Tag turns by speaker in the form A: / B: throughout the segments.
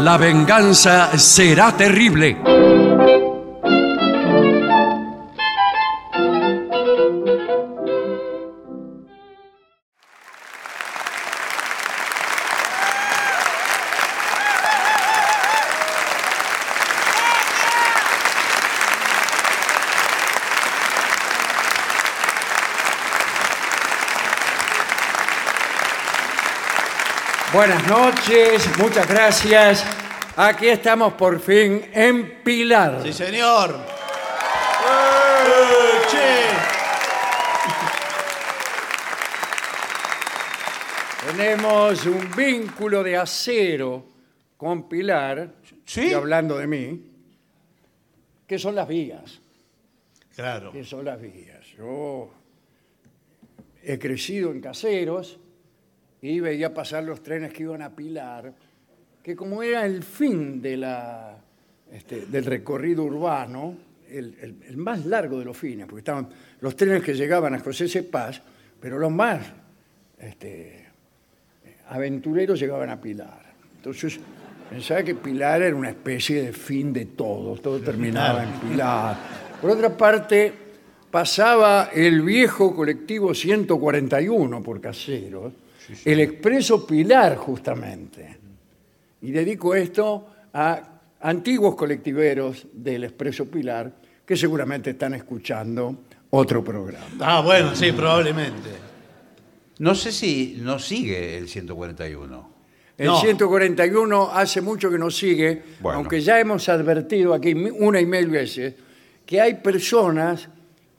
A: La venganza será terrible.
B: Buenas noches, muchas gracias. Aquí estamos por fin en Pilar.
C: Sí, señor. ¡Eh, che!
B: Tenemos un vínculo de acero con Pilar,
C: ¿Sí?
B: estoy hablando de mí, que son las vías,
C: Claro.
B: que son las vías. Yo he crecido en caseros y veía pasar los trenes que iban a Pilar, que como era el fin de la, este, del recorrido urbano, el, el- el más largo de los fines, porque estaban los trenes que llegaban a José C. Paz, pero los más este, aventureros llegaban a Pilar. Entonces pensaba que Pilar era una especie de fin de todo, todo terminaba en Pilar. Por otra parte, pasaba el viejo colectivo 141 por Caseros, el expreso Pilar justamente. Y dedico esto a antiguos colectiveros del expreso Pilar que seguramente están escuchando otro programa.
C: Ah, bueno, sí, probablemente.
D: No sé si no sigue el 141.
B: El
C: No.
B: 141 hace mucho que nos sigue,
D: Bueno.
B: aunque ya hemos advertido aquí mi- una y mil veces que hay personas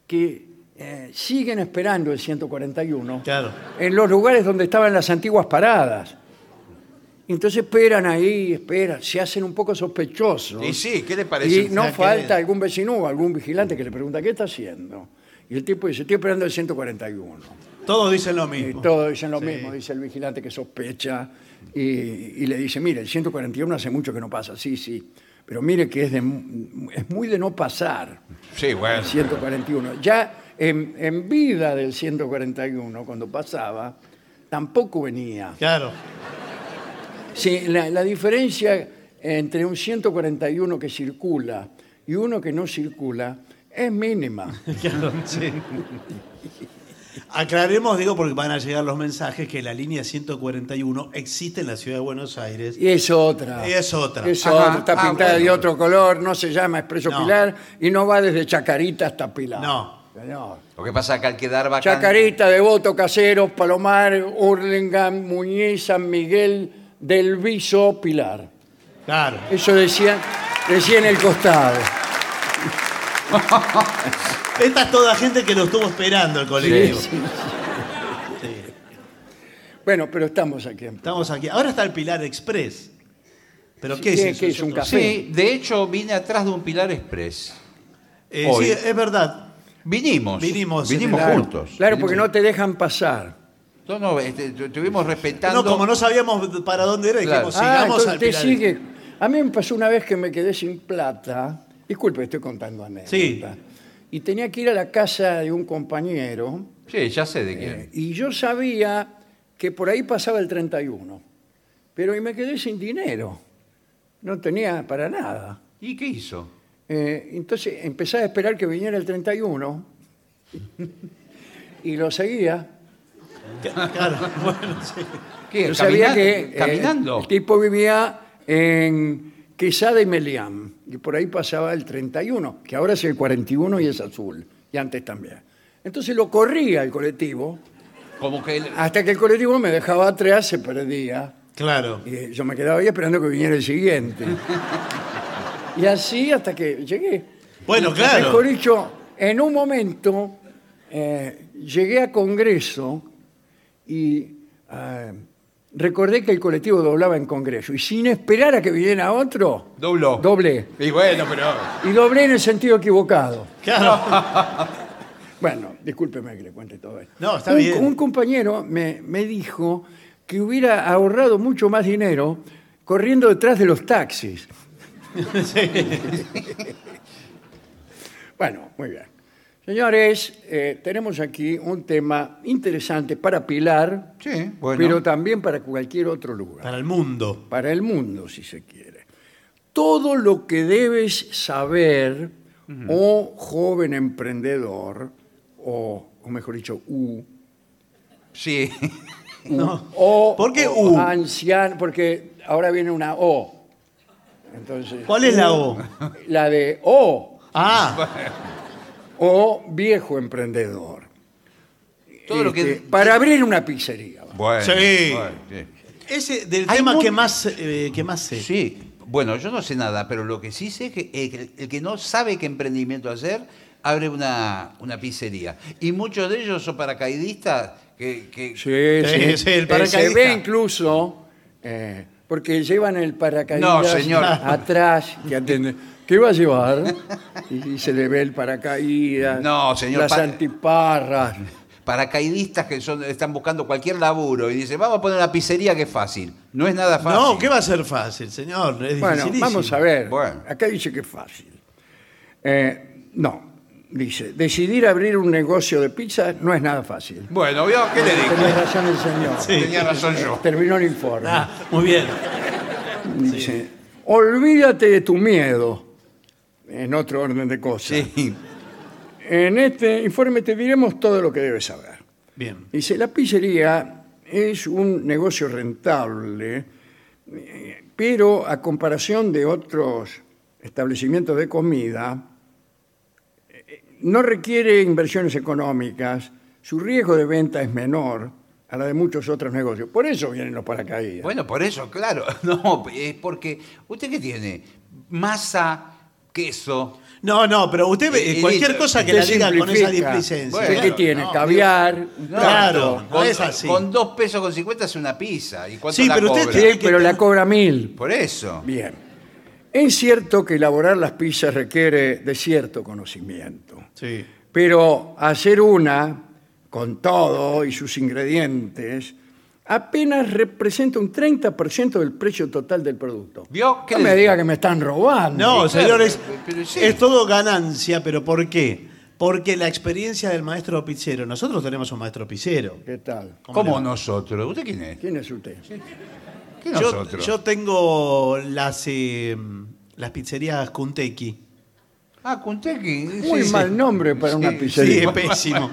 B: que eh, siguen esperando el 141
C: Claro.
B: en los lugares donde estaban las antiguas paradas. Entonces esperan ahí, esperan, se hacen un poco sospechosos.
D: Y sí, ¿qué le parece?
B: Y no
C: sea, que-
B: falta algún vecino o algún vigilante que le pregunta, ¿qué está haciendo? Y el tipo dice, estoy esperando el 141.
C: Todos dicen lo
B: Y
C: mismo.
B: todos dicen lo
C: Sí.
B: mismo, dice el vigilante que sospecha y, y le dice, mire, el 141 hace mucho que no pasa, sí, sí, pero mire que es, de mu- es muy de no pasar
D: Sí, bueno.
B: el 141. Ya en, en vida del 141, cuando pasaba, tampoco venía.
C: Claro.
B: Sí, la, la diferencia entre un 141 que circula y uno que no circula es mínima.
C: Claro, sí. Aclaremos, digo, porque van a llegar los mensajes que la línea 141 existe en la ciudad de Buenos Aires.
B: Y es otra.
C: Y es otra.
B: Es
D: Ajá.
B: otra, Está
D: Ah,
B: pintada
D: bueno.
B: de otro color, no se llama Expreso
C: No.
B: Pilar y no va desde Chacarita hasta Pilar.
C: No.
B: Señor.
D: Lo que pasa es que al quedar vacante...
B: Chacarita, Devoto, Caseros, Palomar, Hurlingham, Muñiz, San Miguel, Del Viso, Pilar.
C: Claro.
B: Eso decía, decía en el costado.
C: Esta es toda gente que lo estuvo esperando el colectivo. Sí.
B: Bueno, pero estamos aquí. en-
C: Estamos aquí. Ahora está el Pilar Express. ¿Pero qué es
B: ¿Qué-
C: eso?
B: qué es un
C: otro-
B: café?
D: Sí, de hecho vine atrás de un Pilar Express.
C: Eh,
D: Hoy.
C: sí, es verdad.
D: Vinimos.
C: Vinimos en
D: Vinimos
C: el auto.
D: juntos.
B: Claro, porque no
D: Vinimos-
B: te dejan pasar.
D: No, no, este, tu- estuvimos respetando...
C: No, como no sabíamos para dónde era, dijimos,
D: Claro.
B: Ah,
C: sigamos
B: entonces
C: al
B: te
C: Pilar
B: sigue. A mí me pasó una vez que me quedé sin plata. Disculpe, estoy contando anécdotas.
C: Sí.
B: Y tenía que ir a la casa de un compañero
D: Sí, ya sé de quién.
B: eh, y yo sabía que por ahí pasaba el 31. Pero y me quedé sin dinero. No tenía para nada.
D: ¿Y qué hizo?
B: Eh, entonces empecé a esperar que viniera el 31 y lo seguía.
C: Express. Claro, bueno, sí.
D: ¿Qué?
B: Yo sabía
D: ¿Camina-
B: que eh,
D: ¿Caminando?
B: el tipo vivía en Quesada y Melián, y por ahí pasaba el 31, que ahora es el 41 y es azul, y antes también. Entonces lo corría el colectivo,
D: Como que... el-
B: hasta que el colectivo me dejaba atrás, se perdía,
C: Claro.
B: y eh, yo me quedaba ahí esperando que viniera el siguiente. y así hasta que llegué.
C: Bueno, claro.
B: Mejor dicho, en un momento eh, llegué a Congreso y eh, recordé que el colectivo doblaba en Congreso. Y sin esperar a que viniera otro,
D: Dobló.
B: doblé.
D: Y bueno, pero...
B: Y doblé en el sentido equivocado.
C: Claro.
B: Bueno, discúlpeme que le cuente todo esto.
C: No, está
B: un,
C: bien.
B: Un compañero me, me dijo que hubiera ahorrado mucho más dinero corriendo detrás de los taxis.
C: Sí.
B: Bueno, muy bien. Señores, eh, tenemos aquí un tema interesante para Pilar,
D: Sí, bueno.
B: pero también para cualquier otro lugar.
C: Para el mundo.
B: para el mundo, si se quiere. Todo lo que debes saber, oh joven emprendedor, o, o mejor dicho, u,
D: Sí.
C: No.
B: o,
C: ¿Por qué
B: o
C: U?
B: anciano, porque ahora viene una O. Entonces,
C: ¿Cuál es la O?
B: la de O,
C: Ah,
B: o viejo emprendedor.
D: Todo lo que-
B: Este, Para abrir una pizzería. va.
D: Bueno.
C: Sí.
D: bueno, sí.
C: Ah, ese del
D: Hay
C: tema
D: mu-
C: que más, eh, que más sé.
D: Sí, bueno, yo no sé nada, pero lo que sí sé es que eh, que el, que no sabe qué emprendimiento hacer, abre una, una pizzería. Y muchos de ellos son paracaidistas que... que-
B: Sí, sí,
C: Sí, sí, el
B: Eh, Se
C: paracaidista.
B: ve incluso, eh, porque llevan el paracaídas
D: No, señor.
B: atrás. que atiende, ¿Qué va a llevar? Y, se le ve el paracaídas.
D: No, señor,
B: Las
D: pa-
B: antiparras.
D: Paracaidistas que son, están buscando cualquier laburo y dicen, vamos a poner una pizzería que es fácil. No es nada fácil.
C: No, ¿qué va a ser fácil, señor? Es
B: Bueno,
C: dificilísimo.
B: vamos a ver.
D: Bueno.
B: Acá dice que es fácil. Eh, no, dice, decidir abrir un negocio de pizza no es nada fácil.
D: Bueno, ¿vio? ¿qué le digo?
B: Tenía razón el señor.
C: Sí.
D: Tenía razón yo.
B: Terminó el informe.
C: Ah, muy bien.
B: Dice, olvídate de tu miedo. En otro orden de cosas.
D: Sí.
B: En este informe te diremos todo lo que debes saber.
C: Bien.
B: Dice, la pizzería es un negocio rentable, eh, pero a comparación de otros establecimientos de comida, eh, no requiere inversiones económicas, su riesgo de venta es menor a la de muchos otros negocios. Por eso vienen los paracaídas.
D: Bueno, por eso, claro. No, es porque... ¿Usted qué tiene? Masa, queso...
C: No, no, pero usted, eh,
D: Y- y
C: cualquier
D: listo.
C: cosa que
B: Usted
C: la diga con esa
B: simplifica.
C: displicencia.
B: ¿Usted
D: Bueno,
B: qué
C: claro,
B: tiene?
C: no.
B: ¿Caviar?
D: No,
C: Claro, no
D: con,
C: es así.
D: Con dos pesos con cincuenta es una pizza. ¿Y cuánto
C: Sí,
D: la
C: pero usted
D: cobra?
C: tiene-
B: Sí, pero la cobra mil.
D: Por eso.
B: Bien. Es cierto que elaborar las pizzas requiere de cierto conocimiento,
C: Sí.
B: pero hacer una con todo y sus ingredientes apenas representa un 30% del precio total del producto.
D: ¿Vio? ¿Qué
B: No
D: le
B: me
D: digo?
B: diga que me están robando.
C: No,
D: Sí, claro,
C: señores,
D: pero- pero sí.
C: es todo ganancia, pero ¿por qué? Porque la experiencia del maestro pizzero, nosotros tenemos un maestro pizzero.
B: ¿Qué tal?
D: ¿Cómo nosotros? ¿Usted quién es?
B: ¿Quién es usted?
D: ¿Qué
C: Yo,
D: nosotros?
C: yo tengo las, eh, las pizzerías Kunteki.
D: Ah, Kunteki.
B: Muy
D: sí.
B: mal nombre para una
C: Sí,
B: pizzería.
C: es pésimo.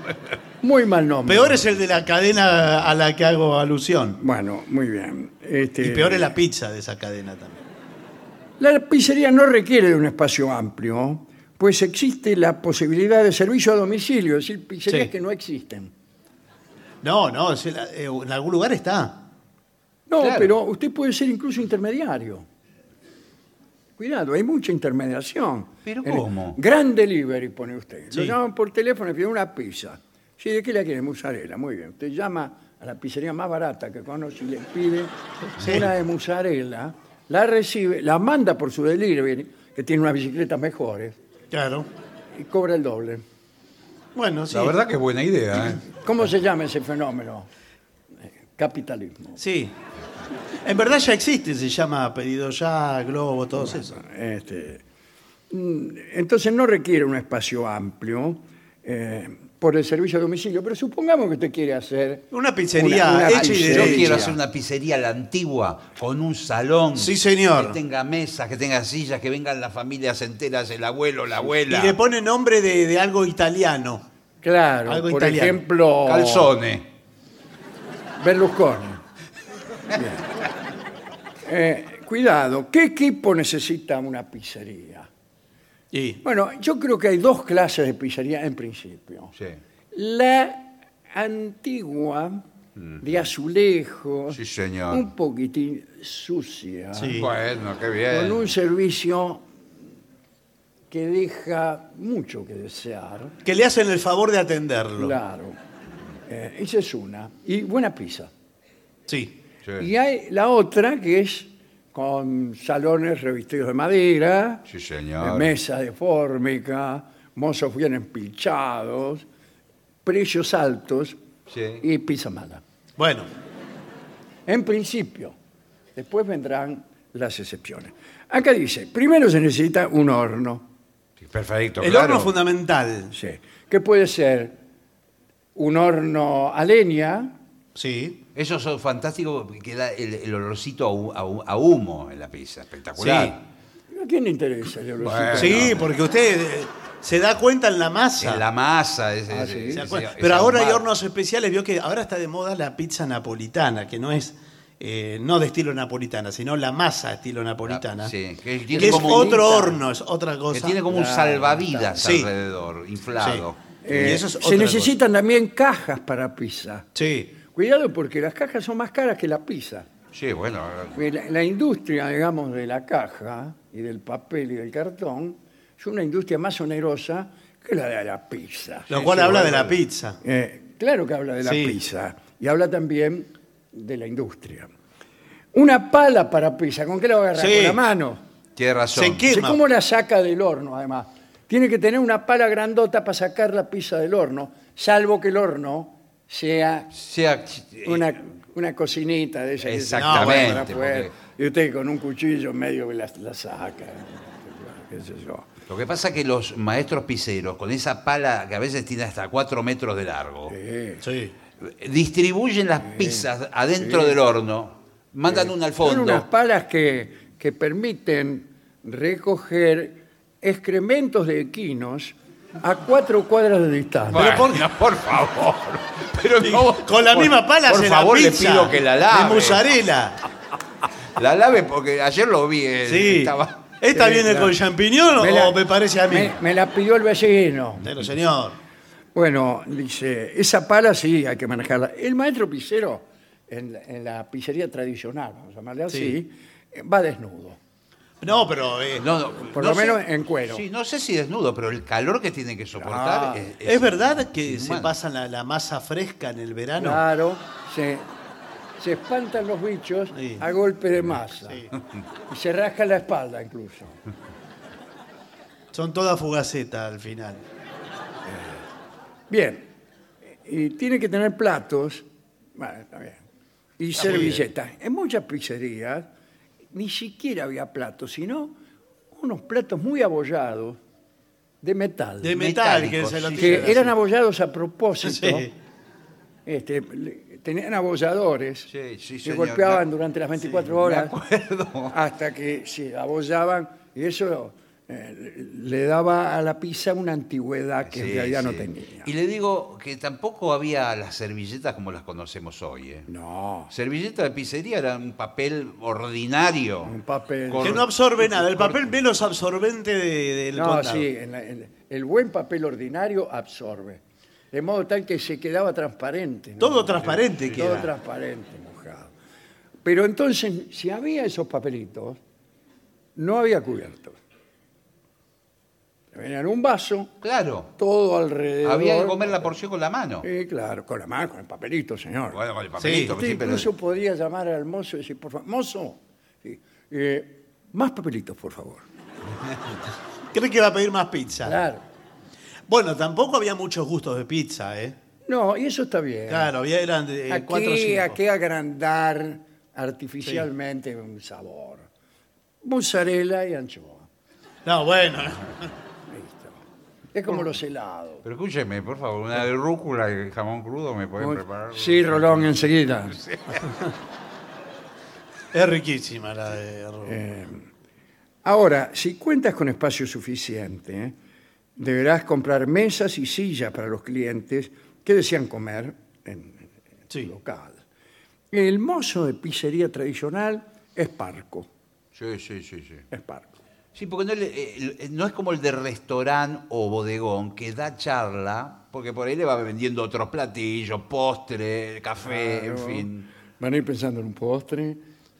B: Muy mal nombre.
C: Peor es el de la cadena a la que hago alusión.
B: Bueno, muy bien. Este-
D: Eh.
C: Y peor es la pizza de esa cadena también.
B: La pizzería no requiere de un espacio amplio, pues existe la posibilidad de servicio a domicilio, es decir, pizzerías
C: Sí.
B: que no existen.
C: No, no, es el- eh, en algún lugar está.
B: No,
D: Claro.
B: pero usted puede ser incluso intermediario. Cuidado, hay mucha intermediación.
D: ¿Pero
B: El
D: cómo?
B: Gran delivery pone usted. Lo
C: Sí.
B: llaman por teléfono y pide una pizza. Sí, ¿de qué la quiere? Musarela. Muy bien. Usted llama a la pizzería más barata que conoce y le pide una de musarela. La recibe, la manda por su delivery, que tiene unas bicicletas mejores,
C: Claro.
B: y cobra el doble.
C: Bueno, sí.
D: La verdad que es buena idea, ¿eh?
B: ¿Cómo se llama ese fenómeno? Eh, Capitalismo.
C: Sí. En verdad ya existe, se llama pedido ya, globo, todos esos.
B: Este, mm, entonces no requiere un espacio amplio eh, por el servicio a domicilio, pero supongamos que usted quiere hacer...
C: Una pizzería
B: Una- una
C: hecha y
B: pizzería.
D: Yo
C: derecha.
D: quiero hacer una pizzería a la antigua, con un salón.
C: Sí, señor.
D: Que tenga mesas, que tenga sillas, que vengan las familias enteras, el abuelo, la abuela.
C: Y le pone nombre de, de algo italiano.
B: Claro,
C: Algo
B: por
C: italiano.
B: ejemplo...
D: Oh. Calzones.
B: Berlusconi. Bien. Eh, cuidado, ¿qué equipo necesita una pizzería?
C: Y
B: Bueno, yo creo que hay dos clases de pizzería en principio.
D: Sí.
B: La antigua,
C: Mm.
B: de azulejo,
D: Sí, señor.
B: un poquitín sucia,
C: Sí.
D: Bueno, qué
B: con
D: bien.
B: un servicio que deja mucho que desear,
C: que le hacen el favor de atenderlo.
B: claro. Eh, esa es una. Y buena pizza.
C: Sí.
D: Sí.
B: Y hay la otra que es con salones revestidos de madera,
D: Sí,
B: eh,
D: señor.
B: mesa de fórmica, mozos bien empilchados, precios altos
D: Sí.
B: y pizza mala.
C: Bueno,
B: En principio. Después vendrán las excepciones. Acá dice, primero se necesita un horno.
D: Sí, Perfecto,
C: El
D: claro.
C: horno es fundamental.
B: Sí. Que puede ser un horno a leña,
C: Sí.
D: Eso es fantástico porque queda el, el olorcito a hu- a, hu- a humo en la pizza. Espectacular.
B: ¿a quién le interesa? el olorcito?
D: Bueno.
C: Sí, porque usted eh, se da cuenta en la masa.
D: En la masa. es-
B: Ah,
D: es-
B: sí.
D: es-
C: ¿Se
D: es-
C: acuerda?
D: es
C: Pero ahora hay
D: ahumado.
C: hornos especiales. Vio que ahora está de moda la pizza napolitana, que no es eh, no de estilo napolitana, sino la masa estilo napolitana.
D: Sí, que
C: Que
D: tiene
C: es
D: como un-
C: otro horno, es otra
D: Que
C: cosa.
D: tiene como un
B: Claro,
D: salvavidas
C: sí.
D: alrededor, inflado.
C: Sí.
B: Eh,
C: y eso es otra
B: se
C: cosa.
B: necesitan también cajas para pizza.
C: Sí.
B: Cuidado porque las cajas son más caras que la pizza.
D: Sí, bueno.
B: Porque La, la industria, digamos, de la caja y del papel y del cartón es una industria más onerosa que la de la pizza.
C: Lo cual
D: sí,
C: habla de
D: bueno.
C: la pizza.
B: Eh, claro que habla de la
C: Sí.
B: pizza y habla también de la industria. Una pala para pizza, ¿con qué la va a agarrar?
C: Sí.
B: Con la mano.
D: Tiene razón.
C: Se queda-
B: O sea,
C: Quema.
B: ¿Cómo la saca del horno, además? Tiene que tener una pala grandota para sacar la pizza del horno, salvo que el horno sea
D: Sea- eh,
B: una, una cocinita de esa.
D: Exactamente, porque-
B: Y usted con un cuchillo medio que la, la saca. qué sé yo.
D: Lo que pasa es que los maestros pizzeros, con esa pala que a veces tiene hasta 4 metros de largo,
B: Eh,
C: Sí.
D: distribuyen las pizzas adentro del horno, mandan una al
B: Son unas
D: fondo.
B: palas que, que permiten recoger excrementos de equinos a cuatro cuadras de distancia.
D: Bueno,
C: por-
D: no, por favor. Pero no,
C: Con la
D: por-
C: misma pala
D: Por
C: se
D: favor,
C: la pizza.
D: le pido que la lave.
C: De mozzarella.
D: La lave porque ayer lo vi. eh,
C: Sí.
D: Estaba...
C: ¿Esta
B: Sí,
C: viene
B: claro.
C: con champiñón
B: Me la-
C: o me parece a mí?
B: Me, me la pidió el vecino.
C: Pero señor.
B: Bueno, dice, esa pala sí hay que manejarla. El maestro pizzero, en, la- en la pizzería tradicional, vamos a llamarle así,
C: Sí.
B: eh, va desnudo.
C: No, pero. eh,
D: No, no,
B: Por
D: no
B: lo
D: sé-
B: menos en cuero.
D: Sí, no sé si desnudo, pero el calor que tiene que soportar.
B: Ah.
D: es, es-
C: ¿Es verdad que se
D: inhumano.
C: pasa la, la masa fresca en el verano?
B: Claro, se, se espantan los bichos
C: Sí.
B: a golpe de masa. Y se rasca la espalda incluso.
C: Son todas fugacetas al final.
B: Bien, y tiene que tener platos, bueno, está bien, y servilletas. En muchas pizzerías ni siquiera había platos, sino unos platos muy abollados de metal.
C: De metal, que
D: Metálicos,
C: se lo
D: sí.
C: tiran
B: que
C: así.
B: eran abollados a propósito.
C: Sí.
B: Este, le- tenían abolladores
D: Sí, sí,
B: que
D: señor.
B: golpeaban
D: Me-
B: durante las 24
D: me
B: horas
D: acuerdo.
B: hasta que se abollaban y eso eh, le daba a la pizza una antigüedad que
D: Sí,
B: en realidad no
D: sí.
B: tenía.
D: Y le digo que tampoco había las servilletas como las conocemos hoy. ¿eh?
B: No.
D: Servilleta de pizzería era un papel ordinario.
B: Un papel.
D: Cor-
C: Que no absorbe nada. El papel menos absorbente de- del
B: No,
C: condado.
B: sí, en la- en- el buen papel ordinario absorbe. De modo tal que se quedaba transparente. ¿no?
C: Todo transparente
B: Todo
C: queda.
B: transparente, mojado. Pero entonces, si había esos papelitos, no había cubiertos. Venía en un vaso,
D: Claro.
B: todo alrededor.
D: Había que comer la porción con la mano.
B: Sí, claro, con la mano, con el papelito, señor.
D: Bueno, con el papelito,
B: Usted
D: sí, pero-
B: incluso podía llamar al mozo y decir, por favor, mozo, sí, eh, más papelitos, por favor.
C: Cree que va a pedir más pizza.
B: Claro.
C: Bueno, tampoco había muchos gustos de pizza, ¿eh?
B: No, y eso está bien.
C: Claro, había, eran de
B: ¿A
C: 4 o
B: qué,
C: 5.
B: a qué agrandar artificialmente un sabor? Mozzarella y anchoa.
C: No, bueno.
B: Listo. Es como los helados.
D: Pero escúcheme, por favor, una de rúcula y jamón crudo me pueden preparar.
B: Sí, Rolón, enseguida.
C: Es riquísima la de Rubén.
B: Ahora, si cuentas con espacio suficiente, ¿eh? deberás comprar mesas y sillas para los clientes que desean comer en el
C: Sí.
B: local. El mozo de pizzería tradicional es parco.
D: Sí, sí, sí, sí.
B: Es parco.
D: Sí, porque no, le- eh, el- el- no es como el de restaurante o bodegón que da charla, porque por ahí le va vendiendo otros platillos, postre, café, en
B: Claro.
D: fin.
B: Van a ir pensando en un postre.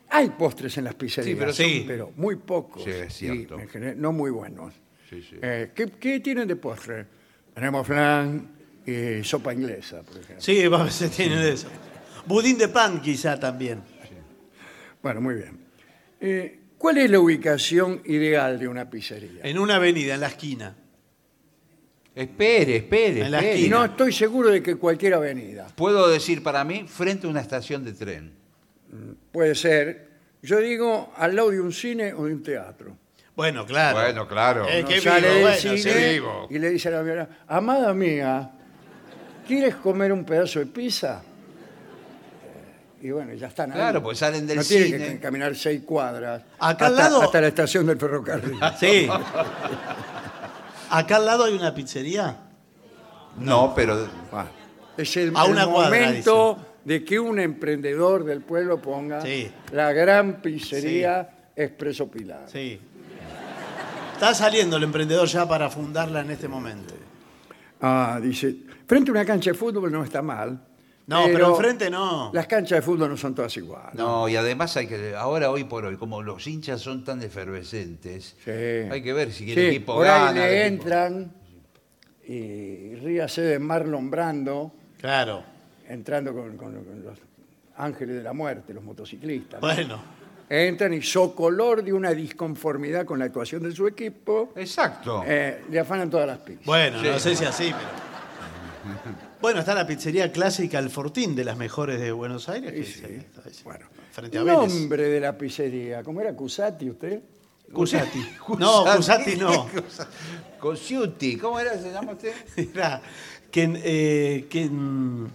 B: Hay postres en las pizzerías,
D: Sí, pero
B: son-
C: sí.
B: pero muy pocos.
D: Sí, es cierto.
B: y en general no muy buenos.
D: Sí, sí.
B: Eh, ¿qué, qué tienen de postre? Tenemos flan y sopa inglesa, por ejemplo.
C: Sí, va, se tiene de eso. Budín de pan, quizá también.
B: Bueno, muy bien. Eh, ¿Cuál es la ubicación ideal de una pizzería?
C: En una avenida, en la esquina.
D: Espere, espere.
C: En la
D: espere.
B: Y
C: esquina.
B: no estoy seguro de que cualquier avenida.
D: Puedo decir para mí, frente a una estación de tren.
B: Puede ser, yo digo, al lado de un cine o de un teatro.
C: Bueno, claro.
D: Bueno, claro.
C: Eh,
D: No
C: qué
B: Uno sale
C: vivo,
B: del
C: bueno,
B: cine
C: sí.
D: vivo.
B: Y le dice a la señora, amada mía, ¿quieres comer un pedazo de pizza? Eh, Y bueno, ya están ahí.
D: Claro, pues salen del
B: no tienen
D: cine.
B: que caminar seis cuadras
C: Acá al
B: hasta-
C: lado- Ah.
B: hasta la estación del ferrocarril.
C: Sí. Acá al lado hay una pizzería.
D: No, pero
B: Ah, Es el,
C: A
B: el
C: una cuadra,
B: momento de que un emprendedor del pueblo ponga
C: Sí.
B: la gran pizzería Expreso Pilar.
C: Sí. Está saliendo el emprendedor ya para fundarla en este momento.
B: Ah, dice, frente a una cancha de fútbol no está mal.
C: No, pero enfrente no.
B: Las canchas de fútbol no son todas iguales.
D: no, y además hay que ahora hoy por hoy como los hinchas son tan efervescentes,
B: Sí.
D: hay que ver si el
B: Sí,
D: equipo
B: por ahí
D: gana,
B: le
D: el equipo-
B: entran y ríase de Marlon Brando
C: Claro.
B: entrando con, con- con los ángeles de la muerte, los motociclistas. ¿no?
C: Bueno.
B: Entran y socolor de una disconformidad con la actuación de su equipo.
D: Exacto.
B: Eh, le afanan todas las pizzas.
C: Bueno,
D: Sí.
C: no sé si así, pero. Bueno, está la pizzería clásica El Fortín, de las mejores de Buenos Aires. que
B: Sí,
C: dice-
B: sí. Bueno.
C: frente a Vélez.
B: nombre de la pizzería. ¿Cómo era Cusati usted?
C: Cusati. No, Cusati no.
D: Cosiuti, ¿cómo era? ¿Se llama usted?
C: Era que, eh, que, mm,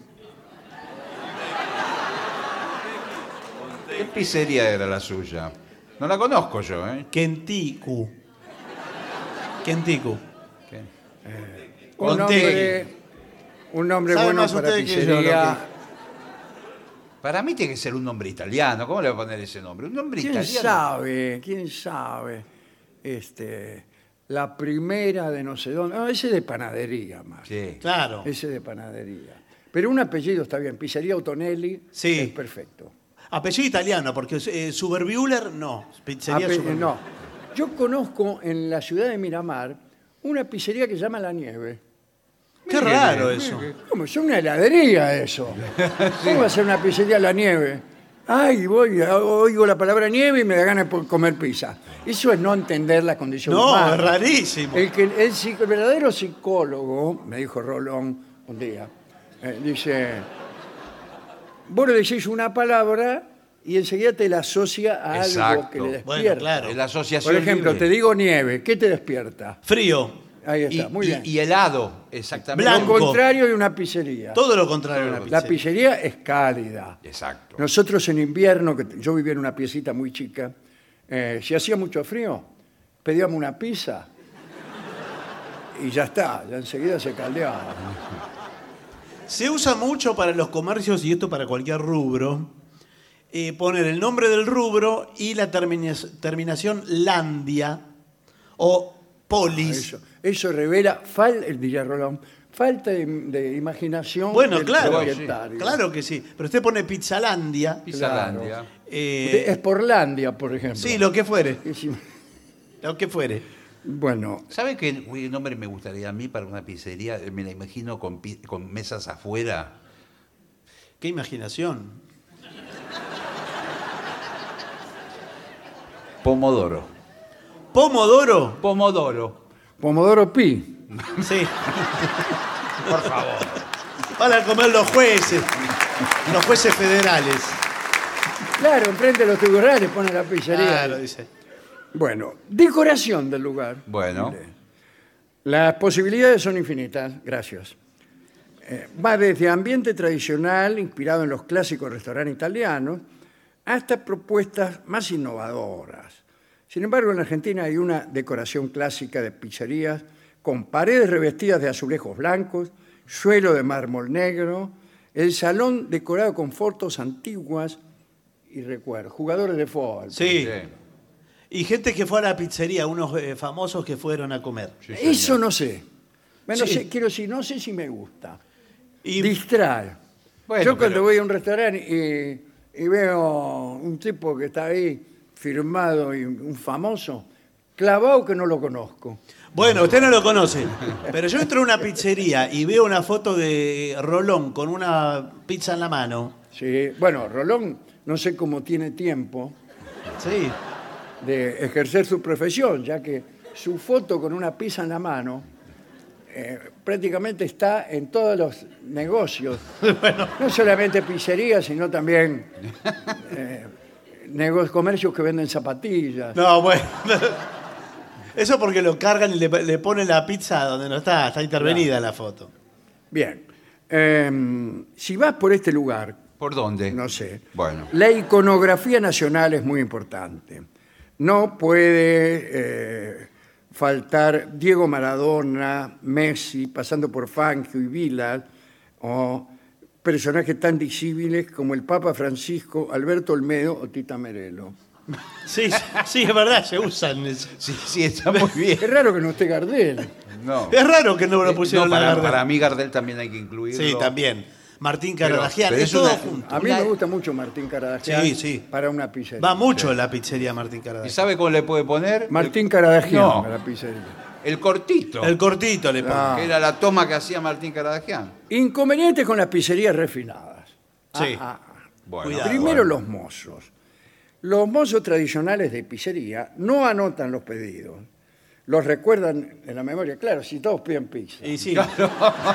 D: ¿Qué pizzería era la suya? No la conozco yo, ¿eh?
C: Kentiku. Kentiku.
D: ¿Qué?
B: Un
C: Contegui.
B: nombre, un nombre
C: Sabe
B: bueno
C: más
B: para
C: usted que yo,
B: pizzería.
C: lo
D: Para mí tiene que ser un nombre italiano. ¿Cómo le va a poner ese nombre? Un nombre
B: ¿Quién
D: italiano.
B: sabe? ¿Quién sabe? Este, la primera de no sé dónde. No, ese de panadería más.
D: Sí.
C: Claro.
B: Ese de panadería. Pero un apellido está bien. Pizzería Otonelli
C: Sí.
B: es perfecto.
C: Apellido italiano, porque eh, Superbuehler no. Pizzería
B: Ape- eh,
C: Superbuehler.
B: no. Yo conozco en la ciudad de Miramar una pizzería que se llama La Nieve.
C: Qué raro eso.
B: ¿Cómo? Es una heladería eso. ¿Cómo va a ser una pizzería la nieve? Ay, voy, oigo la palabra nieve y me da ganas de comer pizza. Eso es no entender las condiciones
C: No,
B: humanas.
C: es rarísimo.
B: El, que, el, psic- el verdadero psicólogo, me dijo Rolón un día, eh, dice, vos le decís una palabra y enseguida te la asocia a algo
D: Exacto.
B: que le despierta.
C: Bueno, claro.
D: La asociación
B: Por ejemplo,
D: libre.
B: te digo nieve, ¿qué te despierta?
C: Frío.
B: Ahí está,
D: y,
B: muy
D: y-
B: bien.
D: y helado, exactamente.
B: Lo
C: Blanco.
B: contrario de una pizzería.
C: Todo lo contrario a una
B: La
C: pizzería.
B: pizzería es cálida.
D: Exacto.
B: Nosotros en invierno, que yo vivía en una piecita muy chica, eh, si hacía mucho frío, pedíamos una pizza y ya está, ya enseguida se caldeaba.
C: Se usa mucho para los comercios, y esto para cualquier rubro, eh, poner el nombre del rubro y la termina- terminación landia o polis.
B: Ah, Eso, eso revela, fal, diría Rolón, falta de, de imaginación.
C: Bueno,
B: del
C: claro.
B: propietario.
C: Claro que sí. Pero usted pone pizzalandia.
D: Pizzalandia.
C: eh,
B: De- Es por Landia, por ejemplo.
C: sí, lo que fuere.
B: Es im-
C: Lo que fuere.
B: Bueno,
D: ¿Sabe qué uy, nombre me gustaría a mí para una pizzería? Eh, Me la imagino con, pi- con mesas afuera.
C: Qué imaginación.
D: Pomodoro.
C: Pomodoro.
D: Pomodoro.
B: Pomodoro Pi.
C: Sí. Por favor. Para comer los jueces. Los jueces federales.
B: Claro, enfrente de los tribunales pone la pizzería.
C: Claro, dice.
B: Bueno, decoración del lugar.
D: Bueno.
B: Las posibilidades son infinitas, gracias. Eh, va desde ambiente tradicional, inspirado en los clásicos restaurantes italianos, hasta propuestas más innovadoras. Sin embargo, en la Argentina hay una decoración clásica de pizzerías con paredes revestidas de azulejos blancos, suelo de mármol negro, el salón decorado con fotos antiguas y recuerdos, jugadores de fútbol.
C: Sí.
D: Sí.
C: Y gente que fue a la pizzería, unos eh, famosos que fueron a comer.
D: Sí, señor.
B: Eso no sé. Bueno,
C: Sí.
B: sé- quiero decir, no sé si me gusta.
C: Y
B: distrae.
D: Bueno,
B: Yo cuando
D: pero-
B: voy a un restaurante y, y veo un tipo que está ahí firmado y un famoso, clavado que no lo conozco.
C: bueno, usted no lo conoce, pero yo entro a una pizzería y veo una foto de Rolón con una pizza en la mano.
B: Sí, Bueno, Rolón no sé cómo tiene tiempo
C: Sí.
B: de ejercer su profesión, ya que su foto con una pizza en la mano eh, prácticamente está en todos los negocios. No solamente pizzerías, sino también eh, nego- comercios que venden zapatillas.
C: No, bueno. Eso porque lo cargan y le, le ponen la pizza donde no está, está intervenida la foto.
B: Bien. Em, si vas por este lugar,
D: ¿Por dónde?
B: no sé,
D: Bueno.
B: la iconografía nacional es muy importante. No puede eh, faltar Diego Maradona, Messi, pasando por Fangio y Vila, o personajes tan visibles como el Papa Francisco, Alberto Olmedo o Tita Merelo.
C: Sí, sí, es verdad, se usan. eso.
D: Sí, sí, está muy bien.
B: Es raro que no esté Gardel.
D: No.
C: Es raro que no lo pusieron
D: Eh, No,
C: la
D: para,
C: verdad.
D: para mí Gardel también hay que incluirlo.
C: Sí, también. Martín
D: Pero-
C: Caradagian,
D: pero
C: es
D: es
C: todo
D: una-
C: junto.
B: A mí
D: Una-
B: me gusta mucho Martín Caradagian
C: Sí, sí.
B: para una pizzería.
C: Va mucho la pizzería Martín
D: ¿Y
C: Caradagian.
D: sabe cómo le puede poner?
B: Martín Caradagian
D: No.
B: para pizzería.
D: El, el cortito.
C: El cortito le
B: Ah.
C: pone.
D: que era la toma que hacía Martín Caradagian.
B: Inconvenientes con las pizzerías refinadas.
C: Sí.
B: Ah, ah, ah.
D: Bueno,
C: Cuidado. eh.
B: Primero
D: bueno.
B: los mozos. Los mozos tradicionales de pizzería no anotan los pedidos. Los recuerdan en la memoria. Claro, si todos piden pizza.
C: Y sí.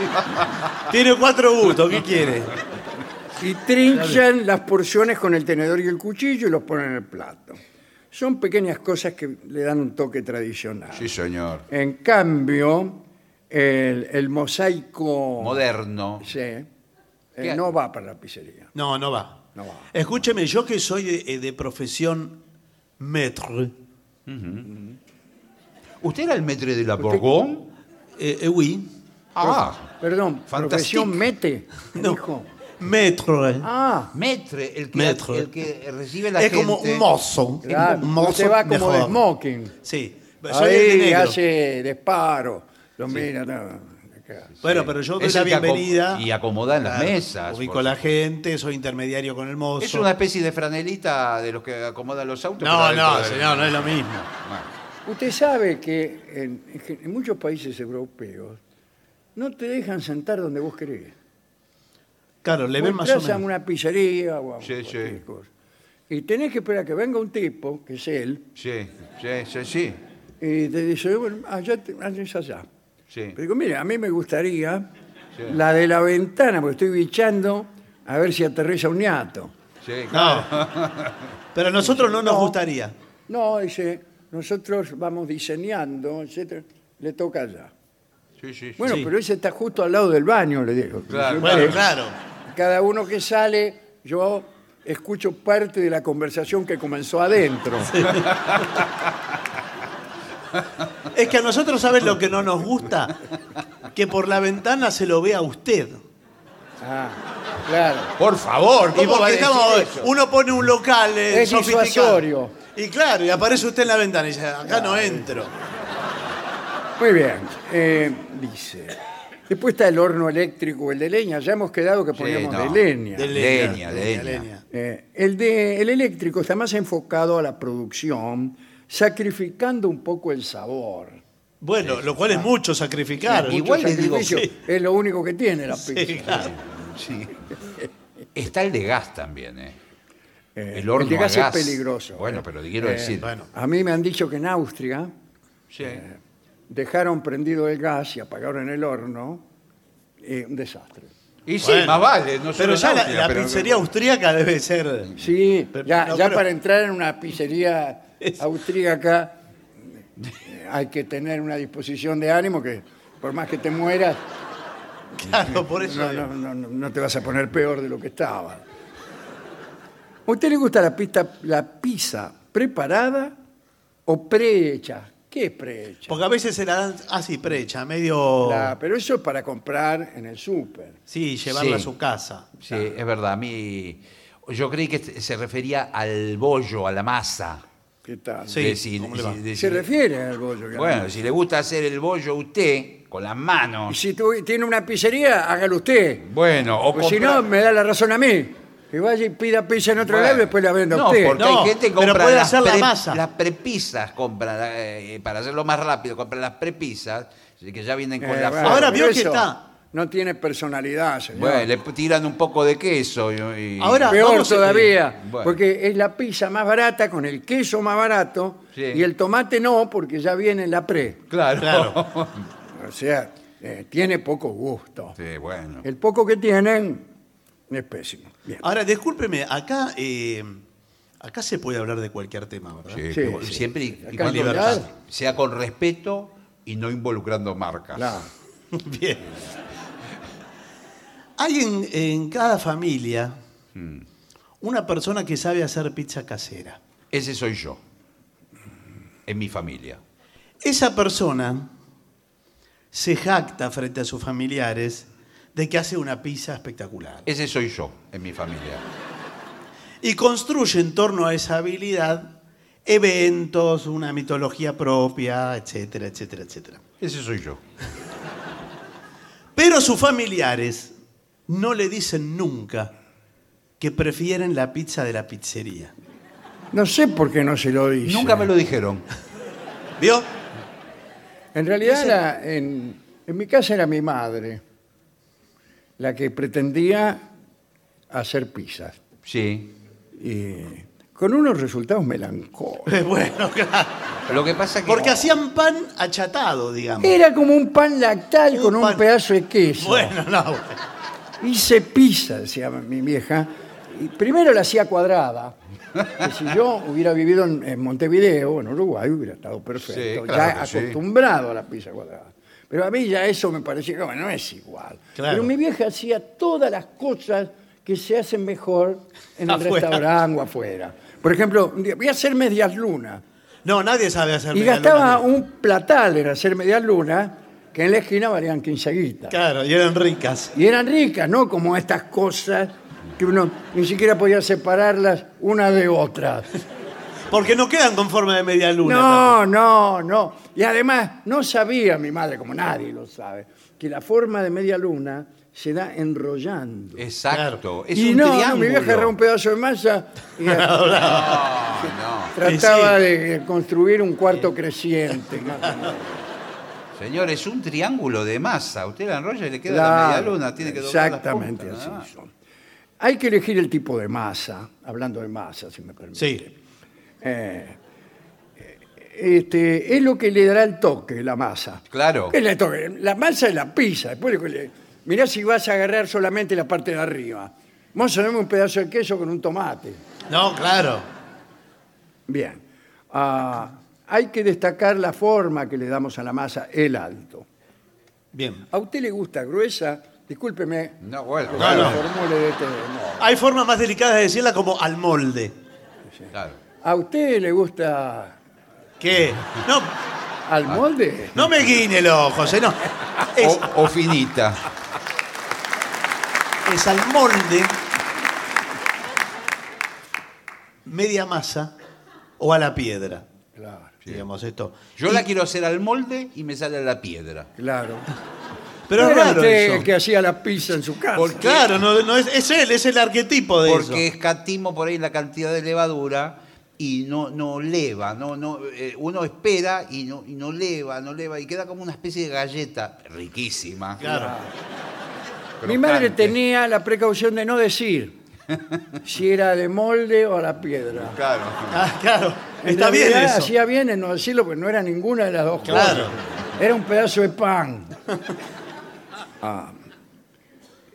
C: Tiene cuatro gustos, ¿qué quiere?
B: Y trinchan las porciones con el tenedor y el cuchillo y los ponen en el plato. Son pequeñas cosas que le dan un toque tradicional.
D: Sí, señor.
B: En cambio, el, el mosaico
D: Moderno.
B: sí, eh,
D: ¿Qué?
B: no va para la pizzería.
C: No, no va.
B: No va.
C: Escúcheme, yo que soy de, de profesión maître,
D: ¿Usted era el maître de la Bourgogne?
C: eh, eh, oui,
D: Ah,
B: Perdón,
D: Fantastic.
B: profesión mete,
C: No.
B: dijo.
C: maître.
B: Ah,
D: maître, el que,
C: Maître.
D: el que recibe la
C: es
D: gente.
C: como un mozo.
B: claro,
C: Un mozo
B: usted va como de
C: mejor.
B: smoking.
C: Sí, soy de
B: Ahí
C: negro.
B: hace disparo. Lo mira, no, acá.
C: Bueno, pero yo doy
D: Es
C: la
D: el que acom-
C: bienvenida.
D: y acomoda en las
C: Claro,
D: mesas,
C: Ubico
D: por
C: la gente, soy intermediario con el mozo.
D: Es una especie de franelita de los que acomodan los autos.
C: No,
D: pero
C: no,
D: adentro de-
C: señor, no es lo mismo.
D: Bueno,
B: Usted sabe que en, en gen- en muchos países europeos no te dejan sentar donde vos querés.
C: Claro, le
B: Vos
C: ven más o
B: entrás a
C: menos.
B: una pizzería o a
D: Sí,
B: cualquier
D: sí.
B: cosa. Y tenés que esperar a que venga un tipo, que es él,
D: Sí, sí, sí, sí.
B: y te dice, bueno, allá, te- allá es allá.
D: sí.
B: Pero digo, mire, a mí me gustaría
D: Sí.
B: la de la ventana, porque estoy bichando a ver si aterriza un ñato.
D: Sí, claro.
C: No. Pero a nosotros no nos gustaría.
B: No, dice, nosotros vamos diseñando, etcétera, le toca allá.
D: Sí, sí, sí.
B: Bueno,
C: Sí.
B: pero ese está justo al lado del baño, le digo.
D: Claro,
B: Dice,
C: Bueno,
B: "Vale,
C: claro.
B: Cada uno que sale, yo escucho parte de la conversación que comenzó adentro.
C: Es que a nosotros, ¿sabes lo que no nos gusta? Que por la ventana se lo vea usted.
B: Ah, claro.
D: Por favor,
C: Y
D: ¿cómo va a
C: porque
D: decir
C: estamos,
D: eso?
C: uno pone un local eh,
B: Es
C: sofisticado.
B: disuasorio.
C: Y claro, y aparece usted en la ventana y dice, acá no entro.
B: Muy bien. eh, dice. Después está el horno eléctrico, el de leña. Ya hemos quedado que poníamos
D: no.
B: de leña.
C: De
D: Leña, leña.
B: Eh, el, de, el eléctrico está más enfocado a la producción, sacrificando un poco el sabor.
C: Bueno, lo cual es mucho sacrificar.
D: Y-
B: Mucho
D: Igual le digo,
B: sacrificio,
C: sí.
B: es lo único que tiene la pizza.
C: Sí, claro.
D: Sí. Está el de gas también, ¿eh?
B: Eh,
D: El horno
B: el de
D: a
B: gas es
D: gas.
B: peligroso. Eh,
D: Bueno, pero te quiero decir.
C: bueno.
B: A mí me han dicho que en Austria
D: Sí.
B: dejaron prendido el gas y apagaron el horno. Eh, un desastre.
D: Y sí,
C: Bueno.
D: más vale. No solo
C: Pero
D: en
C: ya la,
D: Austria,
C: la
D: pero-
C: pizzería austríaca debe ser.
B: Sí,
C: Pero-
B: ya,
C: no,
B: ya
C: pero-
B: para entrar en una pizzería
C: Es-
B: austríaca eh, hay que tener una disposición de ánimo que por más que te mueras,
C: Claro, por eso.
B: no, no, no, no- no te vas a poner peor de lo que estaba. ¿A usted le gusta la, pista, la pizza preparada o prehecha? ¿Qué es prehecha?
C: Porque a veces se la dan así, precha, medio.
B: La- pero eso es para comprar en el súper.
C: Sí, llevarla a
D: Sí.
C: su casa.
D: Sí, es verdad. A mí. Yo creí que se refería al bollo, a la masa.
B: ¿Qué tal?
C: Sí.
D: De si-
C: ¿cómo le va?
D: si- de
B: Se
D: si-
B: refiere al bollo. que
D: Bueno,
B: hace.
D: si le gusta hacer el bollo a usted, con las
B: Y
D: manos.
B: si tu- tiene una pizzería, hágalo usted.
D: Bueno, o
B: O Pues si
D: comprar-
B: no, me da la razón a mí. Que vaya y pida pizza en otro
D: Bueno,
B: lado y después la venda a
D: no,
B: usted.
D: Porque
C: No,
D: hay gente
C: pero
D: que compra
C: puede
D: las,
C: hacer la
D: pre-
C: masa.
D: las prepisas, compra, eh, para hacerlo más rápido, compra las prepisas, así que ya vienen con
B: Eh,
D: la
B: bueno,
D: forma.
C: Ahora
B: pero
C: vio que
B: eso
C: está-
B: No tiene personalidad, señor.
D: Bueno, le tiran un poco de queso. y- y-
C: Ahora-
B: Peor
C: vamos a-
B: todavía,
D: Bueno.
B: porque es la pizza más barata con el queso más barato
D: Sí.
B: y el tomate no, porque ya viene en la pre.
D: Claro.
C: Claro.
B: O sea, eh, tiene poco gusto.
D: Sí, bueno.
B: El poco que tienen es pésimo. Bien.
C: Ahora, discúlpeme, acá eh, Acá se puede hablar de cualquier tema, ¿verdad?
D: Sí,
B: Sí,
D: como-
B: sí.
D: Siempre y-
B: Acá
D: y cuando
B: en libertad.
D: sea- sea con respeto y no involucrando marcas.
B: Claro.
C: Bien. Hay en, en cada familia una persona que sabe hacer pizza casera.
D: Ese soy yo, en mi familia.
C: Esa persona se jacta frente a sus familiares de que hace una pizza espectacular.
D: Ese soy yo, en mi familia.
C: Y construye en torno a esa habilidad eventos, una mitología propia, etcétera, etcétera, etcétera.
D: Ese soy yo.
C: Pero sus familiares no le dicen nunca que prefieren la pizza de la pizzería.
B: No sé por qué no se lo dice.
D: Nunca me lo dijeron.
C: ¿Vio?
B: En realidad, era- en, en mi casa era mi madre la que pretendía hacer pizzas.
D: Sí.
B: Y con unos resultados melancólicos.
C: Bueno, claro.
D: Lo que pasa que...
C: Porque hacían pan achatado, digamos.
B: Era como un pan lactal
C: Un
B: con un
C: pan-
B: pedazo de queso.
C: Bueno, no. bueno.
B: Hice pizza, decía mi vieja. Y primero la hacía cuadrada. Que si yo hubiera vivido en, en Montevideo o en Uruguay, hubiera estado perfecto.
D: Sí, claro
B: ya
D: que sí.
B: acostumbrado a la pizza cuadrada. Pero a mí ya eso me parecía, no, no es igual.
C: Claro.
B: Pero mi vieja hacía todas las cosas que se hacen mejor en el
C: Afuera.
B: restaurante o afuera. Por ejemplo, un día, voy a hacer medias lunas.
C: No, nadie sabe hacer
B: Y
C: medialunas
B: gastaba
C: bien.
B: un platal en hacer medias lunas, que en la esquina valían 15 guitas.
C: Claro, y eran ricas.
B: Y eran ricas, ¿no? Como estas cosas que uno ni siquiera podía separarlas una de otra.
C: Porque no quedan con forma de media luna.
B: No,
C: tampoco.
B: no, no. Y además, no sabía mi madre, como nadie lo sabe, que la forma de media luna se da enrollando.
D: Exacto. Es
B: y
D: un
B: no, no,
D: triángulo.
B: mi vieja era un pedazo de masa y
D: No,
B: trataba
C: Sí,
B: de de construir un cuarto creciente. más o menos.
D: Señor, es un triángulo de masa. Usted la enrolla y le queda
B: Claro,
D: la media luna. Tiene que doblar las
B: Exactamente
D: puntas, nada más.
B: así son. Hay que elegir el tipo de masa, hablando de masa, si me permite.
C: Sí.
B: Este, es lo que le dará el toque, la masa.
D: Claro.
B: ¿Qué le toque? La masa es la pizza. Después lo que le- mirá si vas a agarrar solamente la parte de arriba. Vamos a darme un pedazo de queso con un tomate.
C: No, claro.
B: Bien. Ah, hay que destacar la forma que le damos a la masa, el alto.
C: Bien.
B: ¿A usted le gusta gruesa? Discúlpeme
D: No, bueno,
B: que se
D: claro.
B: lo formule de este modo.
C: Hay formas más delicadas de decirla como al molde.
D: claro.
B: ¿A usted le gusta
C: ¿Qué? No,
B: al molde?
C: no me guiñe el ojo, José, no. Es,
D: O, o finita. Oh.
C: es al molde, media masa o a la piedra.
B: Claro,
C: Digamos esto.
D: Yo la quiero hacer al molde y me sale la piedra.
B: claro.
C: Pero es
B: Era
C: raro
B: usted
C: eso.
B: el que hacía la pizza en su casa.
C: Porque- Claro, no, no es, es él, es el arquetipo de eso.
D: Porque escatimo por ahí la cantidad de levadura y no, no leva. No, no, eh, uno espera y no, y no leva, no leva. Y queda como una especie de galleta riquísima.
C: Claro.
B: Mi madre
D: crocante.
B: tenía la precaución de no decir si era de molde o a la piedra.
D: Claro.
C: Ah, claro.
B: En
C: Está bien
B: realidad,
C: eso.
B: Hacía bien en no decirlo porque no era ninguna de las dos
C: Claro.
B: cosas. Era un pedazo de pan. Ah.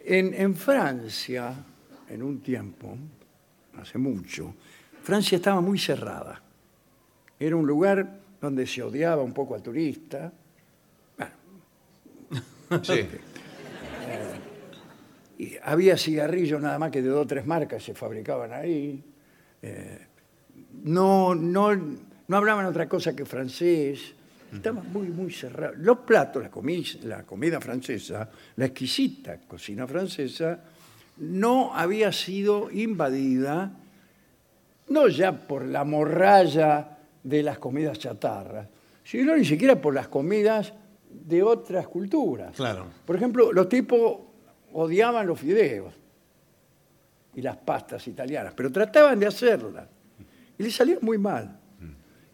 B: En, en Francia, en un tiempo, hace mucho, Francia estaba muy cerrada. Era un lugar donde se odiaba un poco al turista.
D: Sí.
B: y había cigarrillos nada más que de dos o tres marcas se fabricaban ahí. Eh, no, no, no hablaban otra cosa que francés. Estaba muy, muy cerrado. Los platos, la, comi- la comida francesa, la exquisita cocina francesa, no había sido invadida, no ya por la morralla de las comidas chatarras, sino ni siquiera por las comidas de otras culturas.
C: Claro.
B: Por ejemplo, los tipos odiaban los fideos y las pastas italianas, pero trataban de hacerlas y les salía muy mal.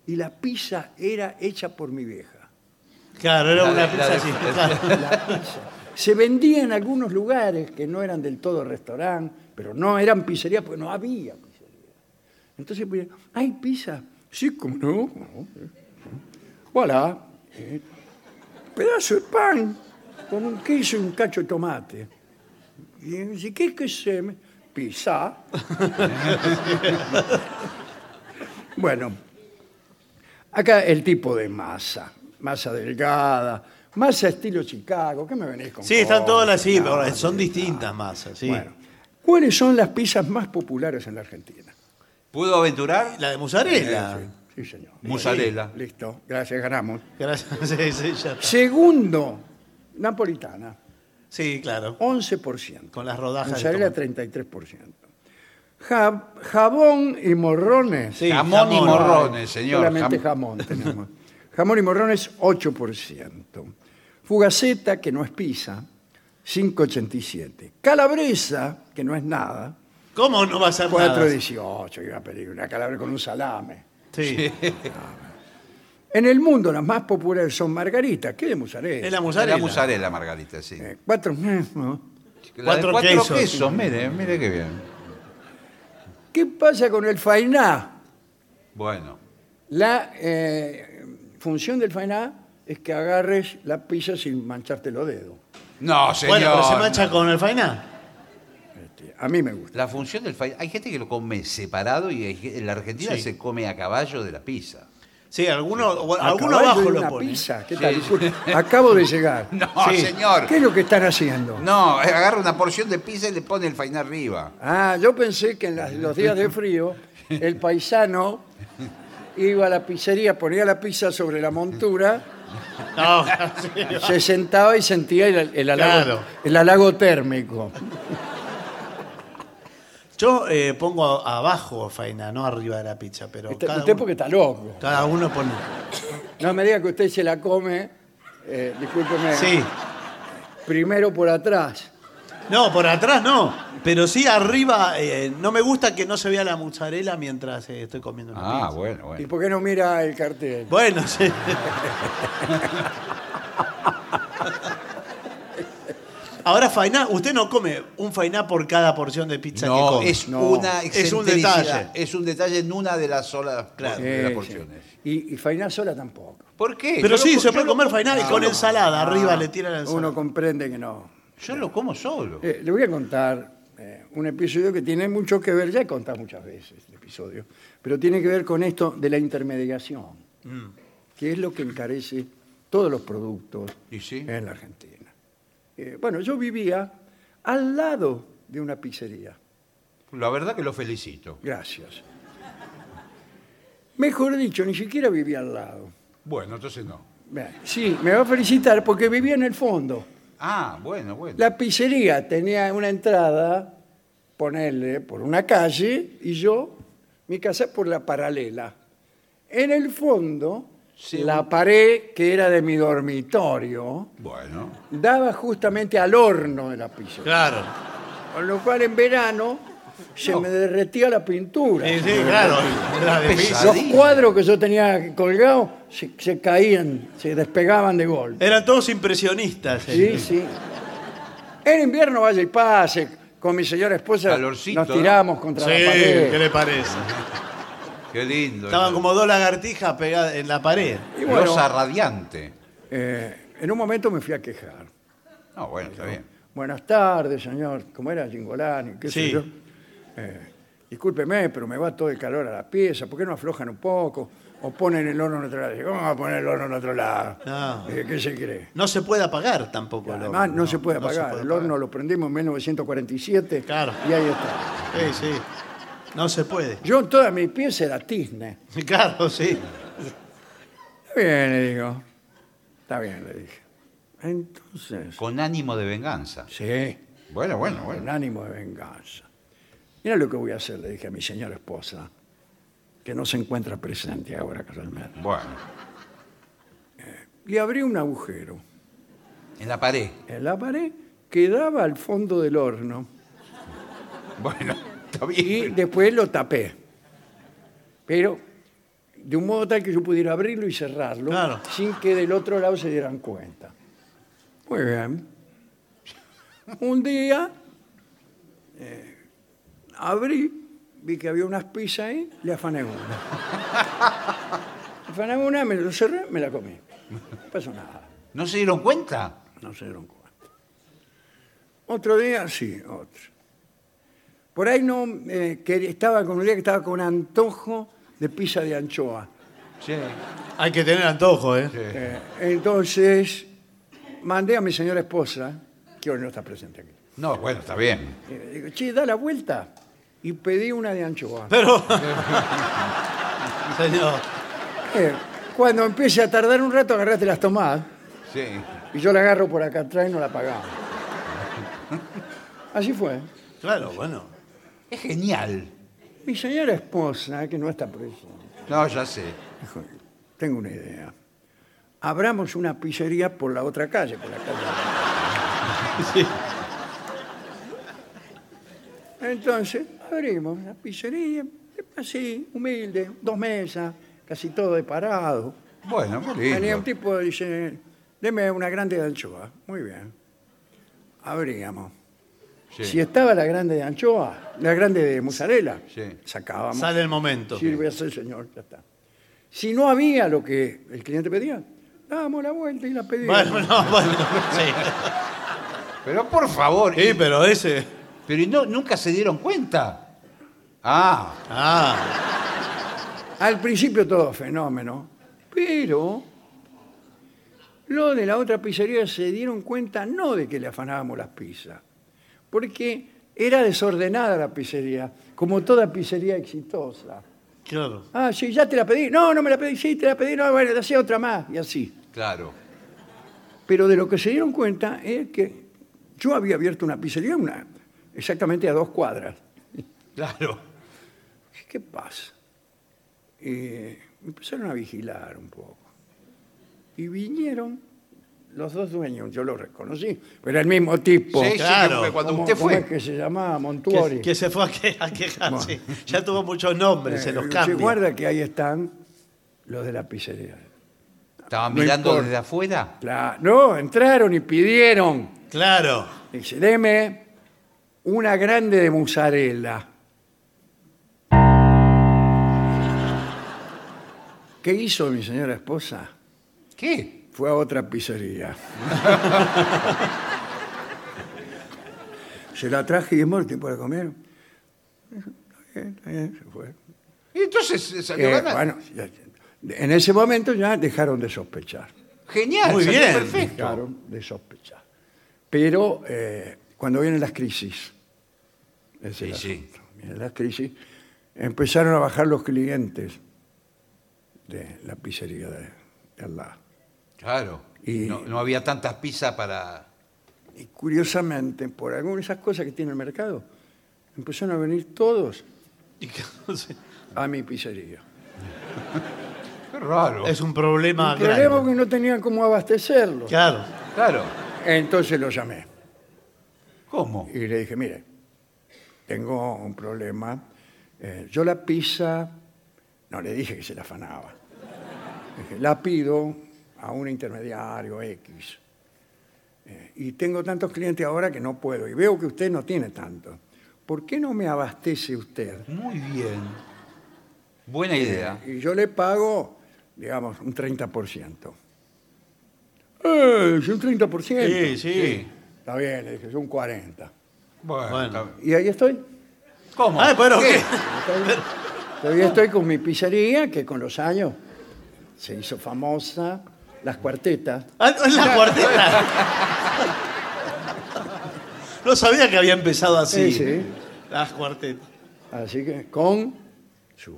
B: Y la pizza era hecha por mi vieja.
C: Claro, era
D: La
C: una
D: de- la
C: pizza
D: de-
C: así. claro.
B: La pizza. Se vendía en algunos lugares que no eran del todo restaurante, pero no eran pizzerías porque no había pizzería. Entonces, pues, ¿hay pizza? Sí, como no. ¿cómo no? Voilà. Eh, Pedazo de pan con un queso y un cacho de tomate. Y dice, ¿qué es que se me- Pizza. Bueno, acá el tipo de masa, masa delgada, masa estilo Chicago, ¿qué me venís con?
C: Sí, están
B: cosas?
C: todas las sí,
B: No,
C: pero son
B: no,
C: distintas masas, sí.
B: Bueno, ¿cuáles son las pizzas más populares en la Argentina? Eh,
D: ¿Pudo aventurar?
C: La de mozzarella.
B: Sí, señor.
D: Mozzarella.
B: Listo, gracias, ganamos.
C: Gracias. Sí, sí, ya está.
B: Segundo, napolitana,
C: Sí, claro.
B: 11%.
C: Con las rodajas de
B: Mozzarella, 33%. Ja- jabón y morrones.
C: Sí,
D: jamón, y
C: jamón.
D: morrones, señor.
B: Solamente
D: Jam-
B: jamón tenemos. jamón y morrones, 8%. Fugaceta, que no es pizza, 5,87. Calabresa, que no es nada,
C: ¿Cómo no va a ser nada?
B: 4,18. Iba a pedir una calabresa con un salame.
C: Sí.
B: En el mundo, las más populares son margaritas, que de mozzarella.
C: Es la mozzarella.
D: Era mozzarella, Margarita, sí.
B: Eh, cuatro, ¿no?
D: La de
C: Cuatro
D: cuatro
C: quesos.
D: quesos. mire, mire qué bien.
B: ¿Qué pasa con el fainá?
D: Bueno,
B: La eh, función del fainá es que agarres la pizza sin mancharte los dedos.
D: no, señor.
C: Bueno, pero se mancha
D: no.
C: con el fainá.
B: Este, a mí me gusta.
D: La función del fai- Hay gente que lo come separado y hay ge- en la Argentina
C: Sí.
D: se come a caballo de la pizza.
C: Sí, alguno, o-
B: A
C: alguno
B: caballo
C: abajo
B: de
C: lo
B: una
C: pone.
B: pizza. ¿Qué tal?
D: Sí.
B: Disculpe, Acabo de llegar.
D: No,
C: Sí.
D: señor.
B: ¿Qué es lo que están haciendo?
D: No, eh, agarra una porción de pizza y le pone el fainá arriba.
B: Ah, yo pensé que en las- los días de frío el paisano iba a la pizzería, ponía la pizza sobre la montura,
C: No, sí.
B: se sentaba y sentía el, el halago,
C: Claro.
B: el halago térmico.
C: Yo eh, pongo a- abajo faina, no arriba de la pizza, pero
B: Usted,
C: cada,
B: Este, usted
C: uno,
B: porque está loco.
C: cada uno pone.
B: No me diga que usted se la come, eh, discúlpeme,
C: Sí.
B: primero por atrás.
C: No, por atrás no. Pero sí arriba, eh, no me gusta que no se vea la mozzarella mientras eh, estoy comiendo una
D: Ah,
C: pizza.
D: bueno,
B: ¿Y
D: bueno.
B: por qué no mira el cartel?
C: Bueno, sí. Ahora, fainá, usted no come un fainá por cada porción de pizza que
D: No,
C: come.
D: es
B: No.
D: una
C: Es un
D: excentricidad,
C: detalle.
D: Es un detalle en una de las solas
C: Claro.
D: de las
B: Sí,
D: porciones.
B: sí. Y, y fainá sola tampoco.
D: ¿Por qué?
C: Pero
D: Yo
C: sí,
D: lo-
C: se
D: yo
C: puede
D: lo-
C: comer fainá y con ensalada. Arriba
B: Ah,
C: le tira la ensalada.
B: Uno comprende que no.
D: Yo lo como solo.
B: Eh, le voy a contar eh, un episodio que tiene mucho que ver, ya he contado muchas veces este episodio, pero tiene que ver con esto de la intermediación,
C: Mm.
B: que es lo que encarece todos los productos
D: Y sí.
B: en la Argentina. Eh, bueno, yo vivía al lado de una pizzería,
D: La verdad que lo felicito.
B: gracias. Mejor dicho, ni siquiera vivía al lado.
D: Bueno, entonces no.
B: Bien, Sí, me va a felicitar porque vivía en el fondo.
D: Ah, bueno, bueno.
B: La pizzería tenía una entrada, ponerle por una calle, y yo, mi casa por la paralela. En el fondo,
D: Sí,
B: la pared que era de mi dormitorio
D: Bueno.
B: daba justamente al horno de la pizzería.
C: Claro.
B: Con lo cual en verano se
D: No.
B: me derretía la pintura.
C: Sí, sí, claro. Era difícil.
D: Pesado.
B: Los cuadros que yo tenía colgados se, se caían, se despegaban de golpe.
C: Eran todos impresionistas.
B: Sí,
C: eh.
B: sí. En invierno vaya y pase. Con mi señora esposa
D: Calorcito,
B: nos tiramos contra
C: Sí,
B: la
C: ¿qué
B: pared.
C: le parece?
D: Qué lindo.
C: Estaban como dos lagartijas pegadas en la pared.
B: Y bueno,
D: Rosa radiante.
B: eh, en un momento me fui a quejar.
D: No, bueno, está bien.
B: Buenas tardes, señor. ¿Cómo era Gingolani? ¿Qué sé
C: Sí.
B: yo? Eh, discúlpeme, pero me va todo el calor a la pieza. ¿Por qué no aflojan un poco? O ponen el horno en otro lado. Digo, ¿Cómo va a poner el horno en otro lado?
C: No.
B: Eh, ¿Qué se cree?
C: No se puede apagar tampoco el
B: Además, no,
C: horno,
B: se puede apagar.
C: puede
B: el horno lo prendimos en 1947
C: Claro.
B: y ahí está.
C: Sí, sí. No se puede.
B: Yo en toda mi pieza era tizne.
C: Claro, sí.
B: Está bien, le digo. Está bien, le dije. Entonces.
D: Con ánimo de venganza.
B: Sí,
D: Bueno, bueno,
B: con
D: bueno.
B: ánimo de venganza. Mira lo que voy a hacer, le dije a mi señora esposa, que no se encuentra presente ahora casualmente.
D: Bueno.
B: Le abrí un agujero
D: En la pared.
B: en la pared que daba al fondo del horno
D: Bueno, está
B: y
D: bien.
B: después lo tapé. Pero de un modo tal que yo pudiera abrirlo y cerrarlo
C: Claro.
B: sin que del otro lado se dieran cuenta. Muy bien. Un día eh, abrí, vi que había unas pizzas ahí, le afané una. afané una, me lo cerré, me la comí. No pasó nada,
D: ¿No se dieron cuenta?
B: no se dieron cuenta. Otro día, sí, otro. Por ahí no, eh, que estaba con un día que estaba con antojo de pizza de anchoa.
C: Hay que tener antojo, ¿eh?
B: Eh, entonces, mandé a mi señora esposa, que hoy no está presente aquí,
D: No, bueno, está bien.
B: eh, digo, che, da la vuelta. Y pedí una de anchoa.
C: Pero. Señor.
B: Eh, cuando empiece a tardar un rato, agarraste las tomadas.
D: Sí.
B: Y yo la agarro por acá atrás y no la pagaba. Así fue.
C: Claro, bueno.
D: Es genial.
B: Mi señora esposa, que no está presente,
D: No, ya sé.
B: dijo, tengo una idea. Abramos una pizzería por la otra calle, por la calle. Entonces, abrimos una pizzería, así, humilde, dos mesas, casi todo de parado.
D: Bueno, muy
B: Venía un
D: lindo.
B: tipo y dice, deme una grande de anchoa. Muy bien. Abríamos.
D: Sí.
B: Si estaba la grande de anchoa, la grande de mozzarella,
D: Sí.
B: sacábamos.
C: Sale el momento.
B: Sirve así, señor, ya está. Si no había lo que el cliente pedía, dábamos la vuelta y la pedíamos.
C: Bueno, no, bueno, sí.
D: Pero por favor.
C: Sí, pero ese.
D: Pero ¿y no, nunca se dieron cuenta. Ah,
C: Ah,
B: Al principio todo fenómeno, pero lo de la otra pizzería se dieron cuenta no de que le afanábamos las pizzas, porque era desordenada la pizzería, como toda pizzería exitosa.
C: claro.
B: Ah, sí, ya te la pedí. No, no me la pedí, sí, te la pedí, no, bueno, te hacía otra más, y así.
D: claro.
B: Pero de lo que se dieron cuenta es que yo había abierto una pizzería una, exactamente a dos cuadras.
D: Claro.
B: Dije, ¿Qué pasa? Eh, me empezaron a vigilar un poco. Y vinieron los dos dueños, yo los reconocí, pero era el mismo tipo.
D: Sí, sí,
C: claro.
D: que cuando
B: ¿Cómo-
D: usted
B: cómo
D: fue.
B: es que se llamaba Montuori.
C: Que, que se fue a, que- a quejar, sí. Ya tuvo muchos nombres, se
B: Eh,
C: los
B: che,
C: cambia.
B: guarda que ahí están los de la pizzería.
D: Estaba
B: No
D: mirando
B: importa.
D: desde afuera.
B: Claro, no, entraron y pidieron.
C: Claro.
B: Dice, deme una grande de mozzarella. ¿Qué hizo mi señora esposa?
D: ¿Qué?
B: Fue a otra pizzería. Se la traje y es muerto para comer. Está bien, está bien, se fue.
D: Y entonces eh, salió
B: Eh,
D: ganando.
B: bueno, ya- en ese momento ya dejaron de sospechar.
D: Genial,
C: Muy
D: salió
C: bien.
D: perfecto.
B: Dejaron de sospechar. Pero eh, cuando vienen las crisis, ese es el
D: Sí, sí.
B: asunto. Vienen las crisis, empezaron a bajar los clientes de la pizzería de, de al lado.
D: Claro.
B: Y-
D: No, no había tantas pizzas para.
B: Y curiosamente, por alguna de esas cosas que tiene el mercado, empezaron a venir todos
C: Y que- no sé.
B: a mi pizzería.
D: Qué raro.
C: Es un problema
B: El
C: grande.
B: problema es que no tenían cómo abastecerlos.
C: Ah, Claro.
D: Claro.
B: Entonces lo llamé.
D: ¿Cómo?
B: Y le dije, mire, tengo un problema. Eh, yo la pizza, no le dije que se la afanaba. Le dije, la pido a un intermediario X. Eh, y tengo tantos clientes ahora que no puedo. Y veo que usted no tiene tanto. ¿Por qué no me abastece usted?
D: Muy bien. Buena idea.
B: Y yo le pago, digamos, un 30%. ¡Eh! es un 30%!
C: Sí, sí.
B: Está bien, le dije, es un 40%.
D: Bueno.
C: Bueno.
D: está-
B: Y ahí estoy.
D: ¿Cómo?
C: Ah, pero ¿qué?
B: Todavía estoy con mi pizzería, que con los años se hizo famosa, las cuartetas.
C: Ah, no, es la cuarteta. No sabía que había empezado así.
B: Sí, sí.
C: Las cuartetas.
B: Así que con su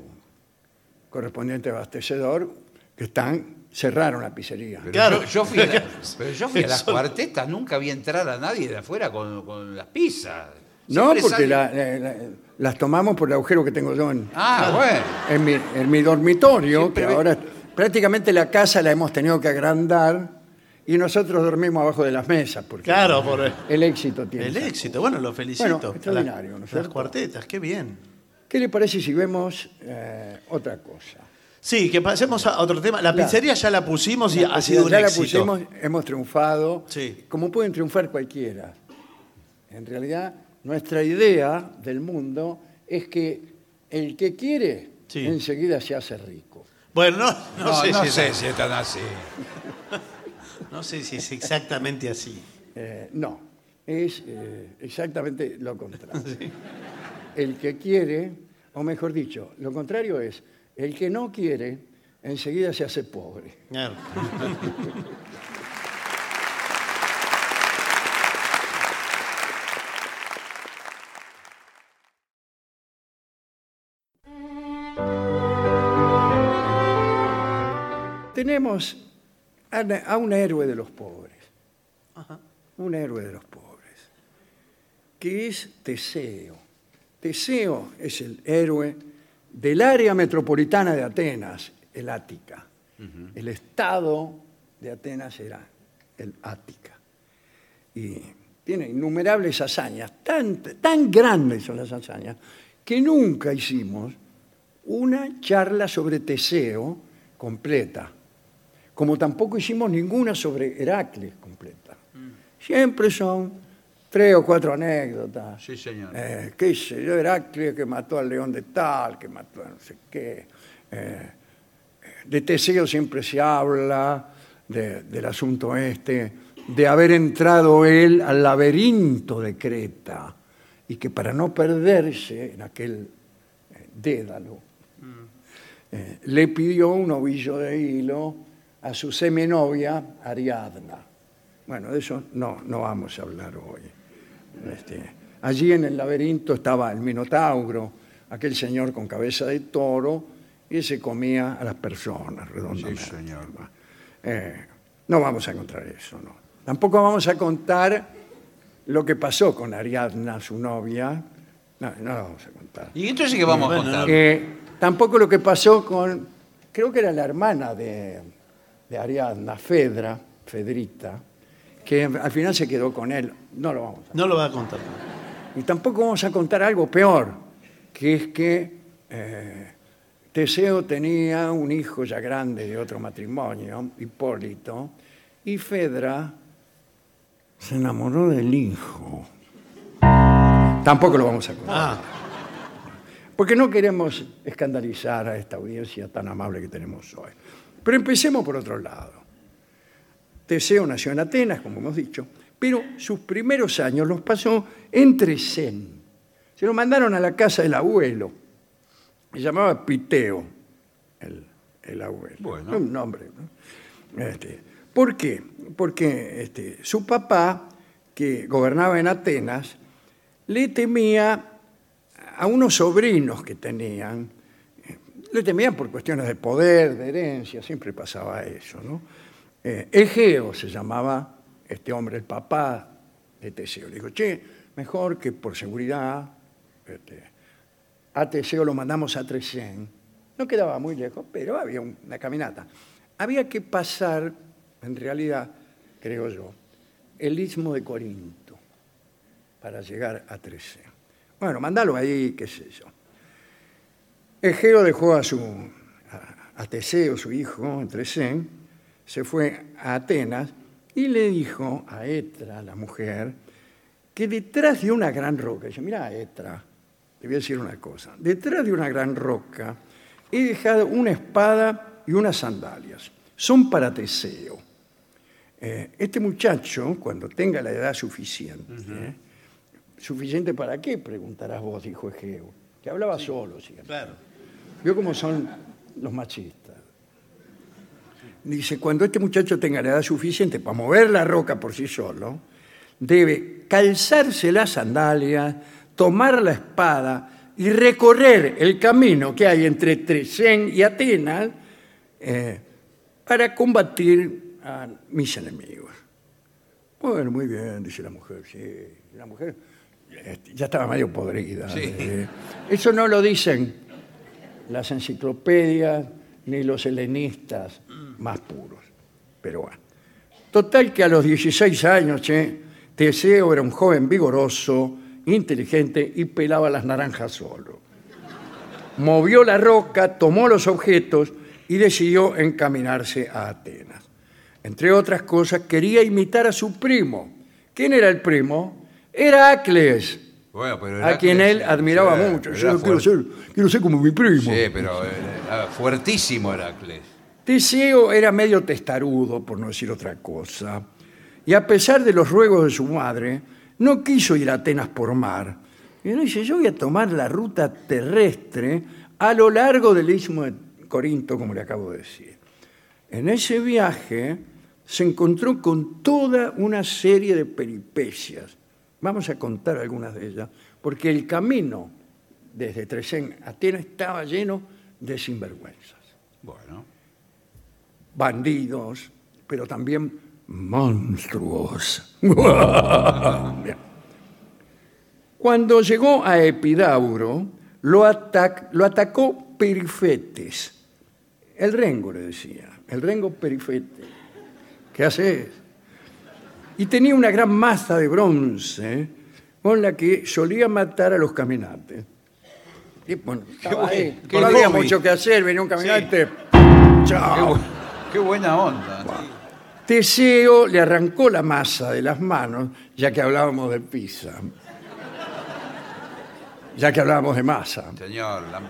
B: correspondiente abastecedor, que están, cerraron la pizzería.
D: Pero
C: Claro.
D: yo, yo fui a la- pero yo fui a las
C: Eso-
D: cuartetas, nunca vi entrar a nadie de afuera con, con las pizzas.
B: No,
D: Siempre
B: porque
D: sale-
B: la- la- la- las tomamos por el agujero que tengo yo en,
D: Ah, bueno.
B: en mi, en mi dormitorio,
D: Sí, pero-
B: que ahora prácticamente la casa la hemos tenido que agrandar y nosotros dormimos abajo de las mesas, porque
C: Claro, por el,
B: el éxito tiene.
C: el
B: esa
C: éxito. Bueno, lo felicito.
B: Bueno, extraordinario, ¿no es
C: Las,
B: cierto?
C: las cuartetas, qué bien.
B: ¿Qué le parece si vemos eh, otra cosa?
C: Sí, que pasemos a otro tema. La
B: Claro.
C: pizzería ya la pusimos y ha sido un
B: ya la
C: éxito.
B: pusimos, hemos triunfado.
C: Sí.
B: Como pueden triunfar cualquiera. En realidad, nuestra idea del mundo es que el que quiere,
C: Sí.
B: enseguida se hace rico.
C: Bueno, no,
D: No,
C: no sé si es-
D: si es tan así.
C: no sé si es exactamente así.
B: Eh, no, es eh, exactamente lo contrario. El que quiere, o mejor dicho, lo contrario es El que no quiere, enseguida se hace pobre.
C: Claro.
B: Tenemos a, a un héroe de los pobres. Un héroe de los pobres. Que es Teseo. Teseo es el héroe del área metropolitana de Atenas, el Ática. El estado de Atenas era el Ática. Y tiene innumerables hazañas, tan, tan grandes son las hazañas, que nunca hicimos una charla sobre Teseo completa, como tampoco hicimos ninguna sobre Heracles completa.
D: Mm.
B: Siempre son tres o cuatro anécdotas.
D: Sí, señor.
B: Eh, qué sé yo, Heracles que mató al león de tal, que mató a no sé qué. Eh, de Teseo siempre se habla de- del asunto este, de haber entrado él al laberinto de Creta y que para no perderse en aquel eh, dédalo, eh, le pidió un ovillo de hilo a su seminovia Ariadna. Bueno, de eso no, no vamos a hablar hoy. Este, allí en el laberinto estaba el Minotauro, aquel señor con cabeza de toro, y se comía a las personas redondamente.
D: Sí, señor.
B: Eh, no vamos a encontrar eso, no. Tampoco vamos a contar lo que pasó con Ariadna, su novia. No, no lo vamos a contar.
D: Y entonces que vamos
C: Bueno,
D: a contar.
B: Eh, tampoco lo que pasó con, creo que era la hermana de, de Ariadna, Fedra, Fedrita, que al final se quedó con él. No lo vamos a
C: No lo va a contar.
B: y tampoco vamos a contar algo peor, que es que eh, Teseo tenía un hijo ya grande de otro matrimonio, Hipólito, y Fedra se enamoró del hijo. Tampoco lo vamos a contar.
C: Ah,
B: Porque no queremos escandalizar a esta audiencia tan amable que tenemos hoy. Pero empecemos por otro lado. Teseo nació en Atenas, como hemos dicho, pero sus primeros años los pasó en Tresén. Se lo mandaron a la casa del abuelo. Se llamaba Piteo, el, el abuelo.
D: Bueno.
B: Un nombre. ¿no? Este, ¿Por qué? Porque este, su papá, que gobernaba en Atenas, le temía a unos sobrinos que tenían, eh, le temían por cuestiones de poder, de herencia, siempre pasaba eso, ¿no? Eh, Egeo se llamaba este hombre, el papá de Teseo. Le dijo, che, mejor que por seguridad este, a Teseo lo mandamos a Tresén. No quedaba muy lejos, pero había un- una caminata. Había que pasar, en realidad, creo yo, el istmo de Corinto para llegar a 13. Bueno, mandalo ahí, qué sé yo. Egeo dejó a, su, a, a Teseo, su hijo, en Tresén, se fue a Atenas y le dijo a Etra, la mujer, que detrás de una gran roca, dice, mira Etra, te voy a decir una cosa, detrás de una gran roca he dejado una espada y unas sandalias, son para Teseo. Eh, este muchacho, cuando tenga la edad suficiente, ¿eh? ¿suficiente para qué? Preguntarás vos, dijo Egeo, que hablaba solo siempre.
C: claro.
B: Vio cómo son los machistas. Dice, cuando este muchacho tenga la edad suficiente para mover la roca por sí solo, debe calzarse las sandalias, tomar la espada y recorrer el camino que hay entre Tresén y Atenas eh, para combatir a mis enemigos. Bueno, muy bien, dice la mujer, sí. La mujer este, ya estaba medio podrida. eh. Eso no lo dicen las enciclopedias ni los helenistas más puros. Pero bueno. Total que a los 16 años, che, Teseo era un joven vigoroso, inteligente y pelaba las naranjas solo. Movió la roca, tomó los objetos y decidió encaminarse a Atenas. Entre otras cosas, quería imitar a su primo. ¿Quién era el primo? Heracles,
D: Bueno, pero
B: a
D: Heracles,
B: quien él admiraba
D: era-
B: mucho.
D: era
B: Yo quiero
D: fuerte.
B: ser, quiero ser como mi primo.
D: Sí, pero eh, era fuertísimo Heracles.
B: Teseo era medio testarudo, por no decir otra cosa, y a pesar de los ruegos de su madre, no quiso ir a Atenas por mar. Y él dice, yo voy a tomar la ruta terrestre a lo largo del istmo de Corinto, como le acabo de decir. En ese viaje se encontró con toda una serie de peripecias. Vamos a contar algunas de ellas, porque el camino desde Tresén a Atenas estaba lleno de sinvergüenzas
D: Bueno.
B: bandidos, pero también monstruos. Bien. Cuando llegó a Epidauro, lo, atac- lo atacó Perifetes. El rengo le decía, el rengo Perifetes. ¿Qué haces? Y tenía una gran masa de bronce con la que solía matar a los caminantes. Y bueno, estaba ahí.
D: qué
B: no había
D: hobby.
B: mucho que hacer, venía un caminante. Chao.
D: Qué, bu- qué buena onda.
B: Teseo le arrancó la masa de las manos, ya que hablábamos de pizza. Ya que hablábamos de masa.
D: Señor, la,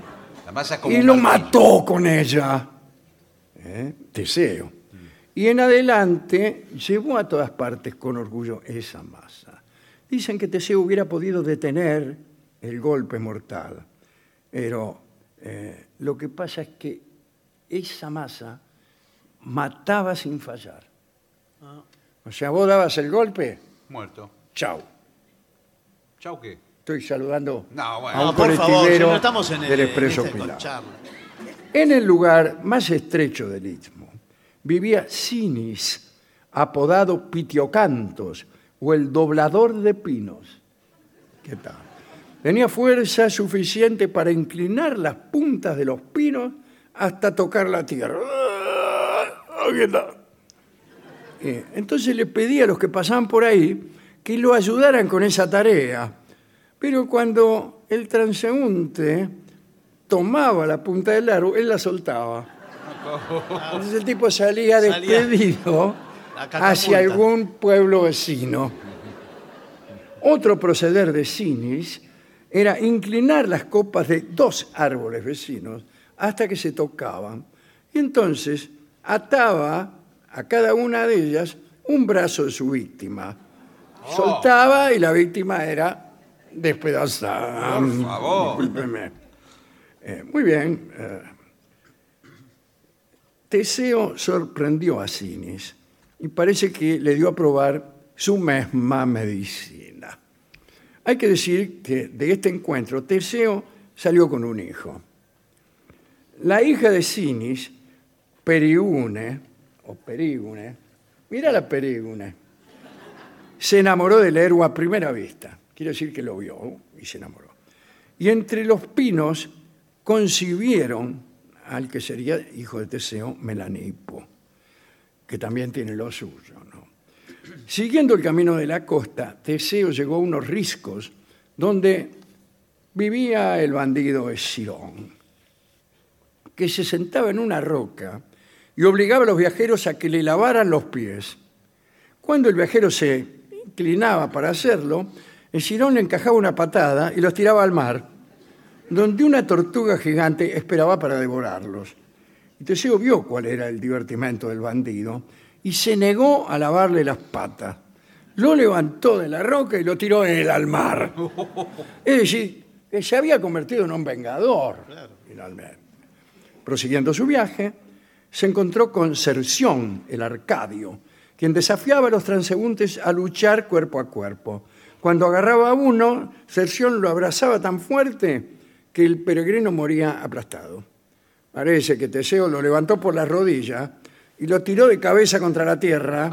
D: la masa es como.
B: Y
D: un
B: lo
D: martillo.
B: mató con ella. ¿Eh? Teseo. Y en adelante llevó a todas partes con orgullo esa masa. Dicen que Teseo hubiera podido detener el golpe mortal. Pero eh, lo que pasa es que esa masa mataba sin fallar. O sea, vos dabas el golpe,
D: Muerto.
B: chau.
D: Chau, ¿qué?
B: Estoy saludando
D: No, bueno.
B: a un
C: No,
D: No,
C: por favor, si
B: colectivero
C: no estamos en el
B: del
C: en
B: Expreso
C: este- con
B: Pilar.
C: charla.
B: En el lugar más estrecho del istmo vivía Sinis, apodado Pitiocantos o el doblador de pinos. ¿Qué tal? Tenía fuerza suficiente para inclinar las puntas de los pinos hasta tocar la tierra. Ah, ¿Qué tal? Eh, Entonces le pedí a los que pasaban por ahí que lo ayudaran con esa tarea. Pero cuando el transeúnte tomaba la punta del árbol, él la soltaba. Entonces el tipo salía
C: Salía.
B: despedido
C: La catapulta.
B: hacia algún pueblo vecino. Otro proceder de Sinis era inclinar las copas de dos árboles vecinos hasta que se tocaban. Y entonces ataba a cada una de ellas un brazo de su víctima. Soltaba y la víctima era despedazada.
D: Por favor.
B: Mm, Discúlpeme. Eh, muy bien. eh, Teseo sorprendió a Sinis y parece que le dio a probar su misma medicina. Hay que decir que de este encuentro Teseo salió con un hijo. La hija de Sinis, Periune, o Perigune, mira la Perigune, se enamoró del héroe a primera vista. Quiere decir que lo vio y se enamoró. Y entre los pinos concibieron al que sería hijo de Teseo, Melanipo, que también tiene lo suyo. ¿no? Siguiendo el camino de la costa, Teseo llegó a unos riscos donde vivía el bandido Escirón, que se sentaba en una roca y obligaba a los viajeros a que le lavaran los pies. Cuando el viajero se inclinaba para hacerlo, el Girón le encajaba una patada y los tiraba al mar, donde una tortuga gigante esperaba para devorarlos. Y Teseo vio cuál era el divertimento del bandido y se negó a lavarle las patas. Lo levantó de la roca y lo tiró él al mar. Es decir, que se había convertido en un vengador, finalmente. Prosiguiendo su viaje, se encontró con Cerción, el arcadio, quien desafiaba a los transeúntes a luchar cuerpo a cuerpo. Cuando agarraba a uno, Cerción lo abrazaba tan fuerte que el peregrino moría aplastado. Parece que Teseo lo levantó por la rodilla y lo tiró de cabeza contra la tierra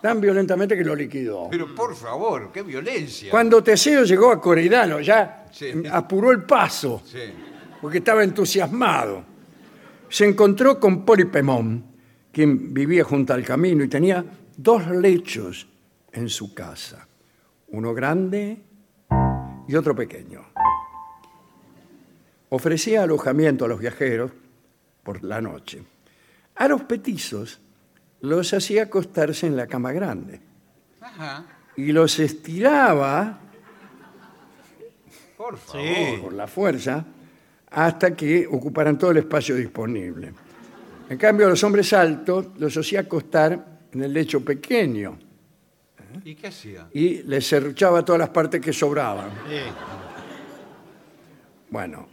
B: tan violentamente que lo liquidó.
D: Pero por favor, qué violencia.
B: Cuando Teseo llegó a Coridano, ya
D: Sí.
B: em, apuró el paso
D: Sí.
B: porque estaba entusiasmado. Se encontró con Polipemón, quien vivía junto al camino y tenía dos lechos en su casa, uno grande y otro pequeño. Ofrecía alojamiento a los viajeros por la noche. A los petizos los hacía acostarse en la cama grande
D: Ajá.
B: y los estiraba
D: Por favor.
C: Sí.
B: por la fuerza hasta que ocuparan todo el espacio disponible. En cambio, a los hombres altos los hacía acostar en el lecho pequeño
D: ¿Y qué hacía?
B: y les cerruchaba todas las partes que sobraban.
C: Sí.
B: Bueno,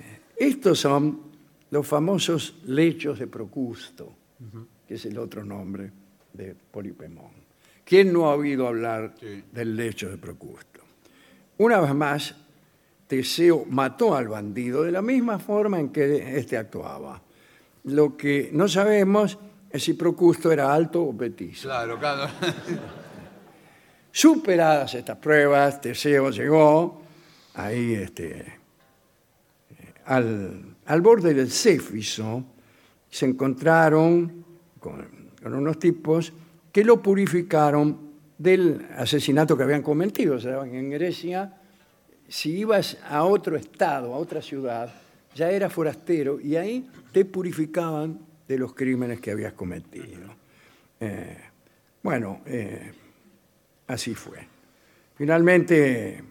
B: eh, estos son los famosos lechos de Procusto, que es el otro nombre de Polipemón. ¿Quién no ha oído hablar
D: Sí.
B: del lecho de Procusto? Una vez más, Teseo mató al bandido de la misma forma en que éste actuaba. Lo que no sabemos es si Procusto era alto o petizo.
D: Claro, claro.
B: Superadas estas pruebas, Teseo llegó ahí este, eh, al, al borde del Céfiso. Se encontraron con, con unos tipos que lo purificaron del asesinato que habían cometido. O sea, en Grecia, si ibas a otro estado, a otra ciudad, ya eras forastero y ahí te purificaban de los crímenes que habías cometido. Eh, bueno, eh, Así fue. Finalmente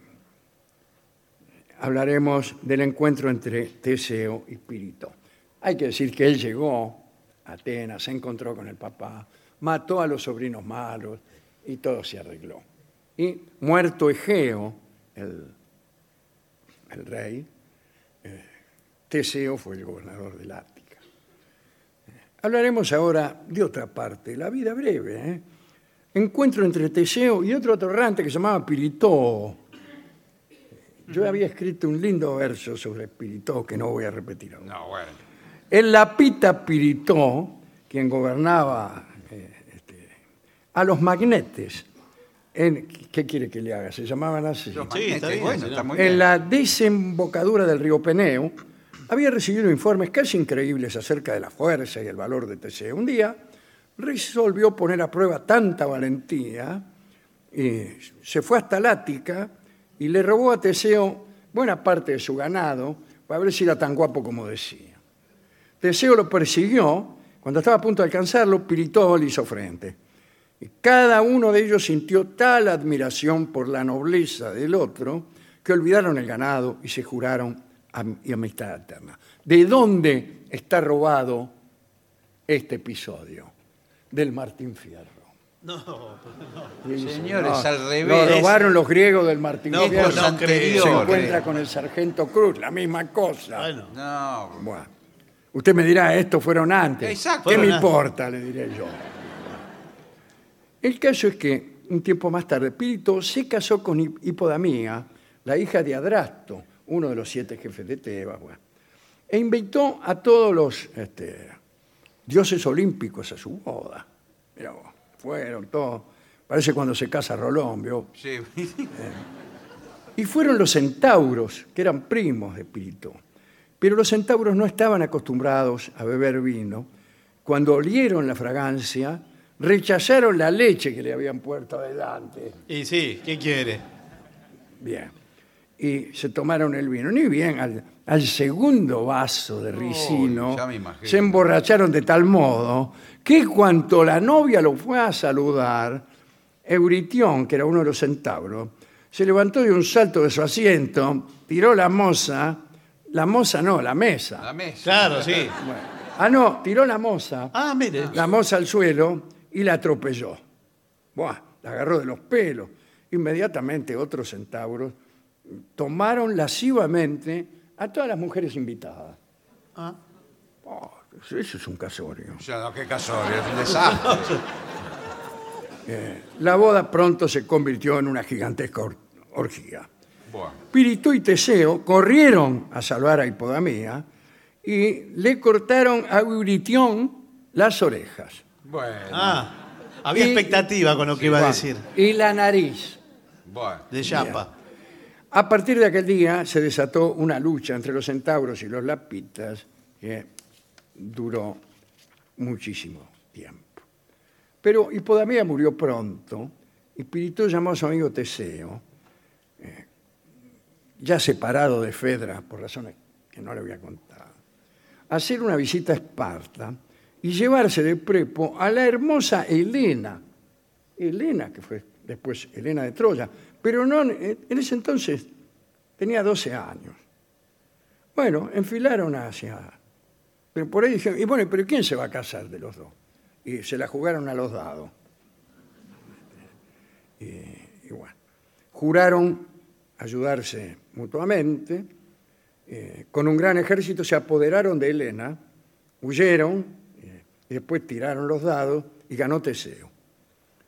B: hablaremos del encuentro entre Teseo y Pirito. Hay que decir que él llegó a Atenas, se encontró con el papá, mató a los sobrinos malos y todo se arregló. Y muerto Egeo, el, el rey, eh, Teseo fue el gobernador del Ática. Eh, Hablaremos ahora de otra parte, la vida breve. ¿eh? Encuentro entre Teseo y otro atorrante que se llamaba Piritó. Yo había escrito un lindo verso sobre Piritó que no voy a repetir ahora.
D: No, bueno.
B: El Lapita Piritó, quien gobernaba eh, este, a los magnetes, en- ¿qué quiere que le haga? Se llamaban así.
C: Sí, está bien,
D: bueno,
C: señor.
D: está muy bien.
B: En la desembocadura del río Peneo, había recibido informes casi increíbles acerca de la fuerza y el valor de Teseo. Un día resolvió poner a prueba tanta valentía y se fue hasta Lática y le robó a Teseo buena parte de su ganado para ver si era tan guapo como decía. Teseo lo persiguió. Cuando estaba a punto de alcanzarlo, Pirito le hizo frente. Y cada uno de ellos sintió tal admiración por la nobleza del otro que olvidaron el ganado y se juraron am- y amistad eterna. ¿De dónde está robado este episodio? Del Martín Fierro.
C: No,
B: Y dice,
D: Señores, al
B: Lo
D: revés.
B: robaron los griegos del Martín
C: No, pues,
B: Fierro.
D: Épocas
C: no creo.
D: anteriores.
B: se encuentra con el sargento Cruz, la misma cosa.
C: bueno.
D: No,
B: Bueno, usted me dirá, estos fueron antes.
D: Exacto.
B: ¿Qué me
C: Fueron antes.
B: importa? Le diré yo. El caso es que un tiempo más tarde, Pirito se casó con Hip- Hipodamía, la hija de Adrasto, uno de los siete jefes de Tebas, bueno, e invitó a todos los este, dioses olímpicos a su boda. Mirá vos, fueron todos. Parece cuando se casa Rolón, ¿vio?
D: sí.
B: Y fueron los centauros, que eran primos de Pirito. Pero los centauros no estaban acostumbrados a beber vino. Cuando olieron la fragancia, rechazaron la leche que le habían puesto adelante.
C: Y sí, ¿qué quiere?
B: Bien. Y se tomaron el vino. Ni bien, al, al segundo vaso de ricino,
D: ya me imagino.
B: se emborracharon de tal modo que cuanto la novia lo fue a saludar, Euritión, que era uno de los centauros, se levantó de un salto de su asiento, tiró la moza, la moza no, la mesa.
D: La mesa.
C: Claro, sí.
B: Bueno, Ah, no, tiró la moza
C: Ah, mire.
B: la moza al suelo y la atropelló. Buah, la agarró de los pelos. Inmediatamente otros centauros tomaron lascivamente a todas las mujeres invitadas.
C: Ah.
B: Oh, eso es un casorio.
D: O sea, no, qué casorio, es un desastre.
B: La boda pronto se convirtió en una gigantesca or- orgía.
D: Bueno.
B: Pirito y Teseo corrieron a salvar a Hipodamía y le cortaron a Euritión las orejas.
D: Bueno.
C: Ah, había
B: Y-
C: expectativa con lo que iba a
B: Buah,
C: decir.
B: Y la nariz.
D: Bueno.
C: De Yapa.
B: A partir de aquel día se desató una lucha entre los centauros y los lapitas que duró muchísimo tiempo. Pero Hipodamía murió pronto y Pirito llamó a su amigo Teseo, eh, ya separado de Fedra por razones que no le voy a contar, a hacer una visita a Esparta y llevarse de prepo a la hermosa Helena, Helena, que fue después Helena de Troya, pero no, en en ese entonces tenía 12 años. Bueno, enfilaron hacia... Pero por ahí dijeron, y bueno, pero ¿quién se va a casar de los dos? Y se la jugaron a los dados. Y, y bueno, juraron ayudarse mutuamente eh, con un gran ejército se apoderaron de Helena, huyeron eh, y después tiraron los dados y ganó Teseo.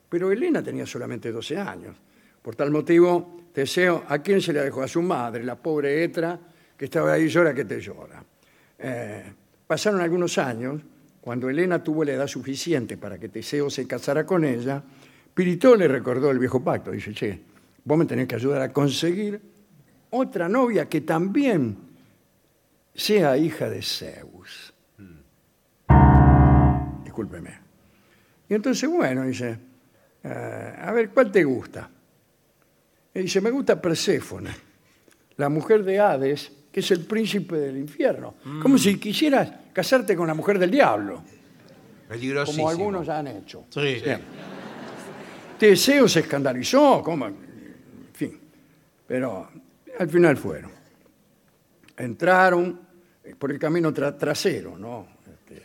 B: Pero Helena tenía solamente 12 años. Por tal motivo, Teseo, ¿a quién se la dejó? A su madre, la pobre Etra, que estaba ahí llora que te llora. Eh, pasaron algunos años, cuando Helena tuvo la edad suficiente para que Teseo se casara con ella, Piritó le recordó el viejo pacto. Dice, che, vos me tenés que ayudar a conseguir otra novia que también sea hija de Zeus. Discúlpeme. Y entonces, bueno, dice, eh, a ver, ¿cuál te gusta? Y dice, me gusta Perséfone, la mujer de Hades, que es el príncipe del infierno. Como si quisieras casarte con la mujer del diablo,
D: Peligrosísimo.
B: como algunos han hecho.
C: Sí.
B: Bien. Teseo se escandalizó, como, en fin. Pero al final fueron. Entraron eh, por el camino tra- trasero, ¿no? Este,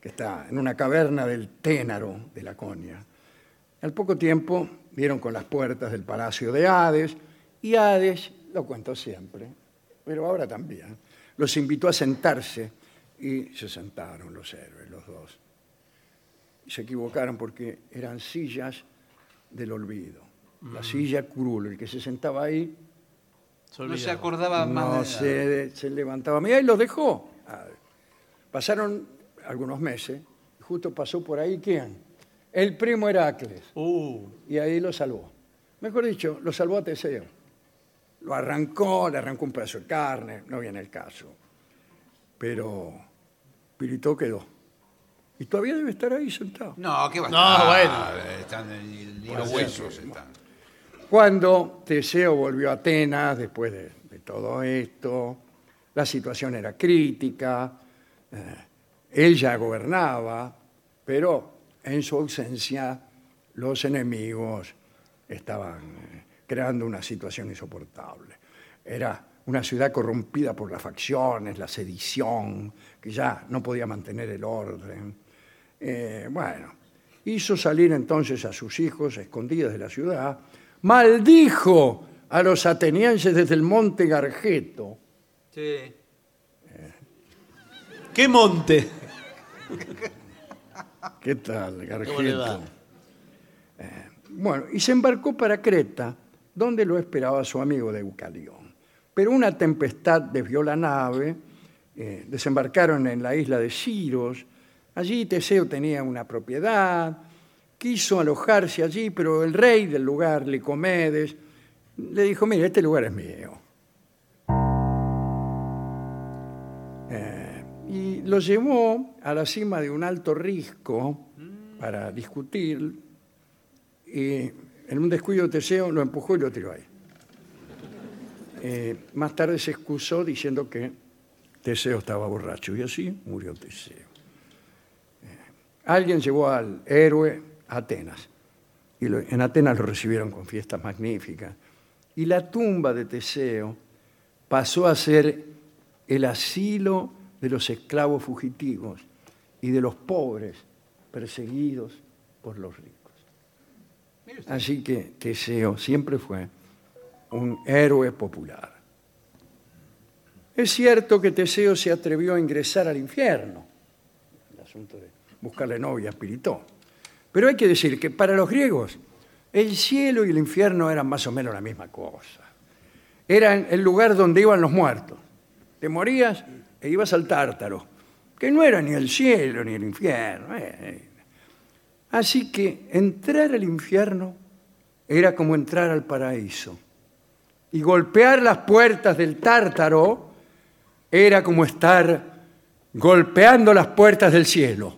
B: que está en una caverna del Ténaro de Laconia. Al poco tiempo dieron con las puertas del palacio de Hades y Hades, lo cuento siempre, pero ahora también, los invitó a sentarse y se sentaron los héroes, los dos y se equivocaron porque eran sillas del olvido. La silla curulo, el que se sentaba ahí
C: Mm. Se
D: No se
C: olvidaba.
D: acordaba más.
B: no
D: de nada.
B: se, se levantaba. Mira, y los dejó. Ah, Pasaron algunos meses, y justo pasó por ahí quién? El primo Heracles,
C: Uh,
B: y ahí lo salvó. Mejor dicho, lo salvó a Teseo. Lo arrancó, le arrancó un pedazo de carne, no viene el caso. Pero Pirito quedó. Y todavía debe estar ahí sentado.
D: No, qué va a
C: No,
D: estar? Ah, Están ni, ni los
B: ser.
D: huesos están.
B: Cuando Teseo volvió a Atenas después de, de todo esto, la situación era crítica, eh, él ya gobernaba, pero en su ausencia los enemigos estaban eh, creando una situación insoportable. Era una ciudad corrompida por las facciones, la sedición, que ya no podía mantener el orden. Eh, bueno, hizo salir entonces a sus hijos a escondidas de la ciudad, maldijo a los atenienses desde el monte Gargeto.
D: Sí.
C: ¿Qué monte?
B: ¿Qué tal,
C: ¿Cómo le va?
B: Gargeto? Bueno, y se embarcó para Creta, donde lo esperaba su amigo de Eucalión. Pero una tempestad desvió la nave, eh, desembarcaron en la isla de Ciros. Allí Teseo tenía una propiedad, quiso alojarse allí, pero el rey del lugar, Licomedes, le dijo, mire, este lugar es mío. Eh, y lo llevó a la cima de un alto risco para discutir, y en un descuido Teseo lo empujó y lo tiró ahí. Eh, más tarde se excusó diciendo que Teseo estaba borracho y así murió Teseo. Eh, alguien llevó al héroe a Atenas y lo- en Atenas lo recibieron con fiestas magníficas y la tumba de Teseo pasó a ser el asilo de los esclavos fugitivos y de los pobres perseguidos por los ricos. Así que Teseo siempre fue un héroe popular. Es cierto que Teseo se atrevió a ingresar al infierno, el asunto de buscarle novia a Piritón. Pero hay que decir que para los griegos el cielo y el infierno eran más o menos la misma cosa. Eran el lugar donde iban los muertos. Te morías e ibas al tártaro, que no era ni el cielo ni el infierno. eh, eh. Así que entrar al infierno era como entrar al paraíso. Y golpear las puertas del tártaro era como estar golpeando las puertas del cielo.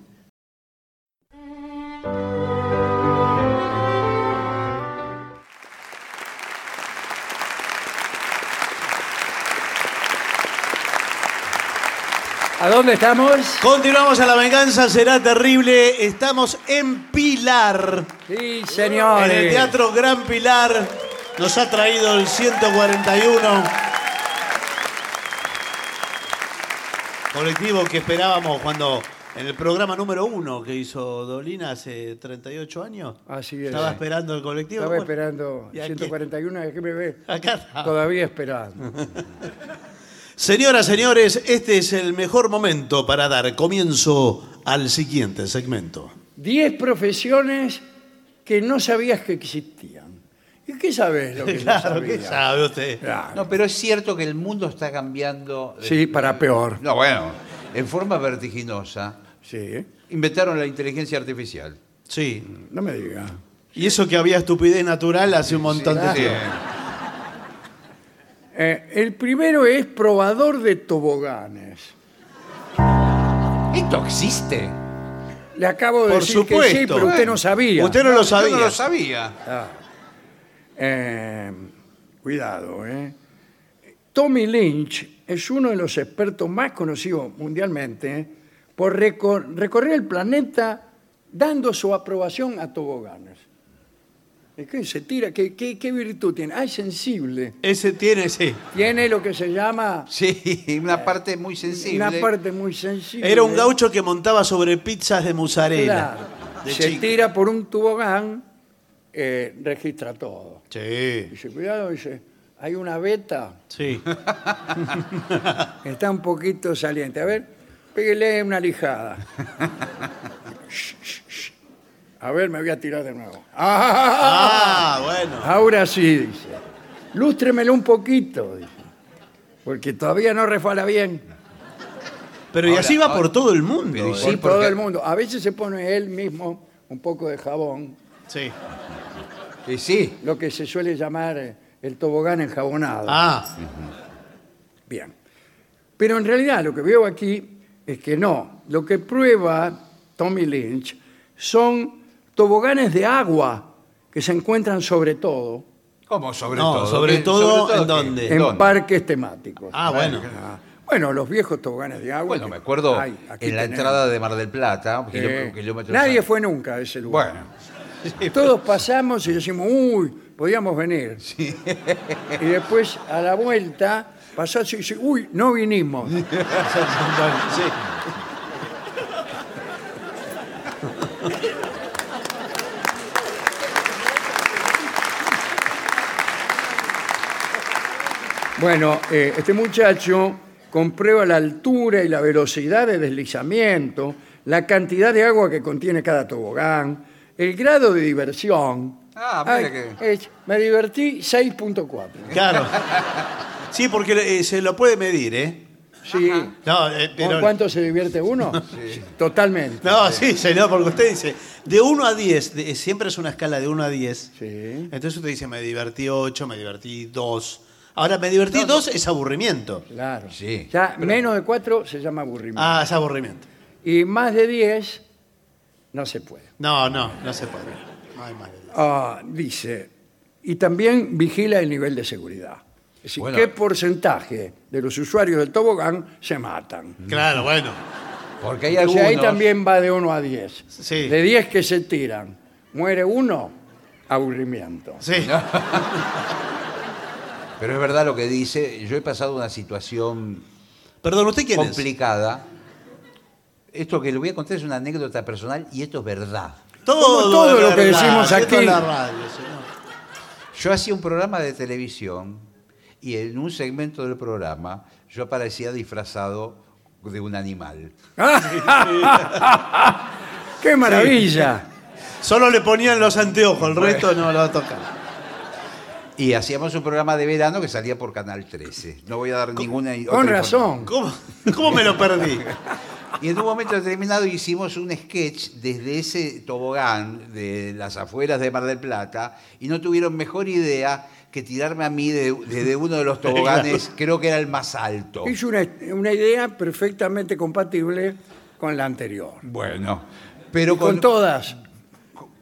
B: ¿A dónde estamos?
C: Continuamos a la venganza, será terrible. Estamos en Pilar.
B: Sí,
C: En el
B: señores.
C: Teatro Gran Pilar nos ha traído el 141. Colectivo que esperábamos cuando en el programa número uno que hizo Dolina hace 38 años.
B: Así es.
C: Estaba esperando el colectivo.
B: Estaba
C: Bueno,
B: esperando
C: y aquí-
B: 141, ¿de qué me ve?
C: Acá está.
B: Todavía esperando.
C: Señoras, señores, este es el mejor momento para dar comienzo al siguiente segmento.
B: Diez profesiones que no sabías que existían. ¿Y qué sabes lo que no
C: Claro, ¿qué
B: sabías?
C: sabe usted?
B: Claro.
D: No, pero es cierto que el mundo está cambiando. de-
B: Ah, Sí, para peor.
D: No, bueno, en forma vertiginosa.
B: Sí,
D: Inventaron la inteligencia artificial.
C: Sí.
B: no me diga.
C: Y eso que había estupidez natural hace un montón de
B: claro.
C: tiempo.
B: Eh, el primero es probador de toboganes.
D: Esto existe.
B: Le acabo de
C: Por
B: decir que sí,
C: supuesto.
B: pero usted no sabía.
C: Usted no lo sabía.
D: Yo no lo sabía.
B: Ah. Eh, cuidado, ¿eh? Tommy Lynch es uno de los expertos más conocidos mundialmente ¿eh? por reco- recorrer el planeta dando su aprobación a toboganes. ¿Y qué se tira? ¿Qué, qué, qué virtud tiene? Ah, es sensible.
C: Ese tiene, sí.
B: Tiene lo que se llama
D: Sí, una parte muy sensible.
B: una parte muy sensible.
C: Era un gaucho que montaba sobre pizzas de
B: Claro.
C: mozzarella. De
B: Se
C: chico.
B: tira por un tobogán, eh, registra todo.
C: Sí.
B: Dice, cuidado, dice, hay una beta
C: Sí.
B: Está un poquito saliente. A ver, pégale una lijada. Sh, sh, sh. A ver, me voy a tirar de nuevo. ¡Ah!
C: Ah, bueno.
B: Ahora sí, dice. Lústremelo un poquito, dice. Porque todavía no refala bien.
C: Pero y
D: Ahora,
C: así va
D: ahora-
C: por todo el mundo.
D: Pero
C: ¿eh?
D: Sí,
B: Por todo
D: porque-
B: el mundo. A veces se pone él mismo un poco de jabón,
C: Sí.
D: Y sí.
B: lo que se suele llamar eh, el tobogán enjabonado.
C: Ah,
B: Bien. Pero en realidad lo que veo aquí es que no. Lo que prueba Tommy Lynch son toboganes de agua que se encuentran sobre todo
D: ¿Cómo sobre
C: No,
D: todo?
C: sobre
D: ¿Qué-
C: todo, ¿en
D: qué?
C: dónde?
B: en
D: dónde?
B: parques temáticos.
C: ah bueno.
B: Ah, bueno, los viejos toboganes de agua.
D: Bueno,
B: que
D: me acuerdo
B: hay, aquí
D: en la
B: tenemos.
D: entrada de Mar del Plata,
B: Sí.
C: Eh,
D: kiló- kilómetros
B: Nadie
D: antes.
B: fue nunca a ese lugar.
D: Bueno,
B: Todos pasamos y decimos, uy, podíamos venir. Y después a la vuelta pasás y dices, uy, no vinimos.
C: Sí.
B: Bueno, eh, este muchacho comprueba la altura y la velocidad de deslizamiento, la cantidad de agua que contiene cada tobogán, el grado de diversión.
D: Ah, mire
B: es- me divertí 6.4.
C: Claro. Sí, porque eh, se lo puede medir, ¿eh?
B: Sí.
C: No, eh,
B: ¿Con
C: pero.
B: cuánto se divierte uno? Totalmente.
C: No, sí, señor, porque usted dice, de 1 a 10, de- siempre es una escala de 1 a 10.
B: Sí.
C: Entonces usted dice, me divertí 8, me divertí 2. Ahora, me divertí 2 es aburrimiento.
B: Claro.
D: Sí.
B: Ya menos de 4 se llama aburrimiento.
C: Ah, es aburrimiento.
B: Y más de 10 no se puede.
C: No, no, no se puede. No hay más de diez.
B: Ah, dice, y también vigila el nivel de seguridad. Es decir,
D: Bueno.
B: ¿qué porcentaje de los usuarios del tobogán se matan?
C: Claro, bueno.
D: porque hay
B: O sea,
D: algunos...
B: ahí también va de 1 a 10.
C: Sí.
B: De 10 que se tiran, muere uno, aburrimiento.
C: Sí.
D: Pero es verdad lo que dice. Yo he pasado una situación
C: Perdón, ¿usted quién es?
D: complicada. Esto que le voy a contar es una anécdota personal y esto es verdad.
B: Como todo
C: es
B: lo que
C: verdad,
B: decimos
C: esto
B: aquí.
C: es la radio, señor.
D: Yo hacía un programa de televisión y en un segmento del programa yo aparecía disfrazado de un animal.
B: ¡Qué maravilla!
C: Solo le ponían los anteojos, el resto no lo tocan.
D: Y hacíamos un programa de verano que salía por Canal 13. No voy a dar ninguna... otra
B: Con
D: información.
B: razón.
C: ¿Cómo, ¿Cómo me lo perdí?
D: Y en un momento determinado hicimos un sketch desde ese tobogán de las afueras de Mar del Plata y no tuvieron mejor idea que tirarme a mí de- desde uno de los toboganes, creo que era el más alto.
B: Es una, una idea perfectamente compatible con la anterior.
D: Bueno, pero
B: Con
D: con,
B: todas.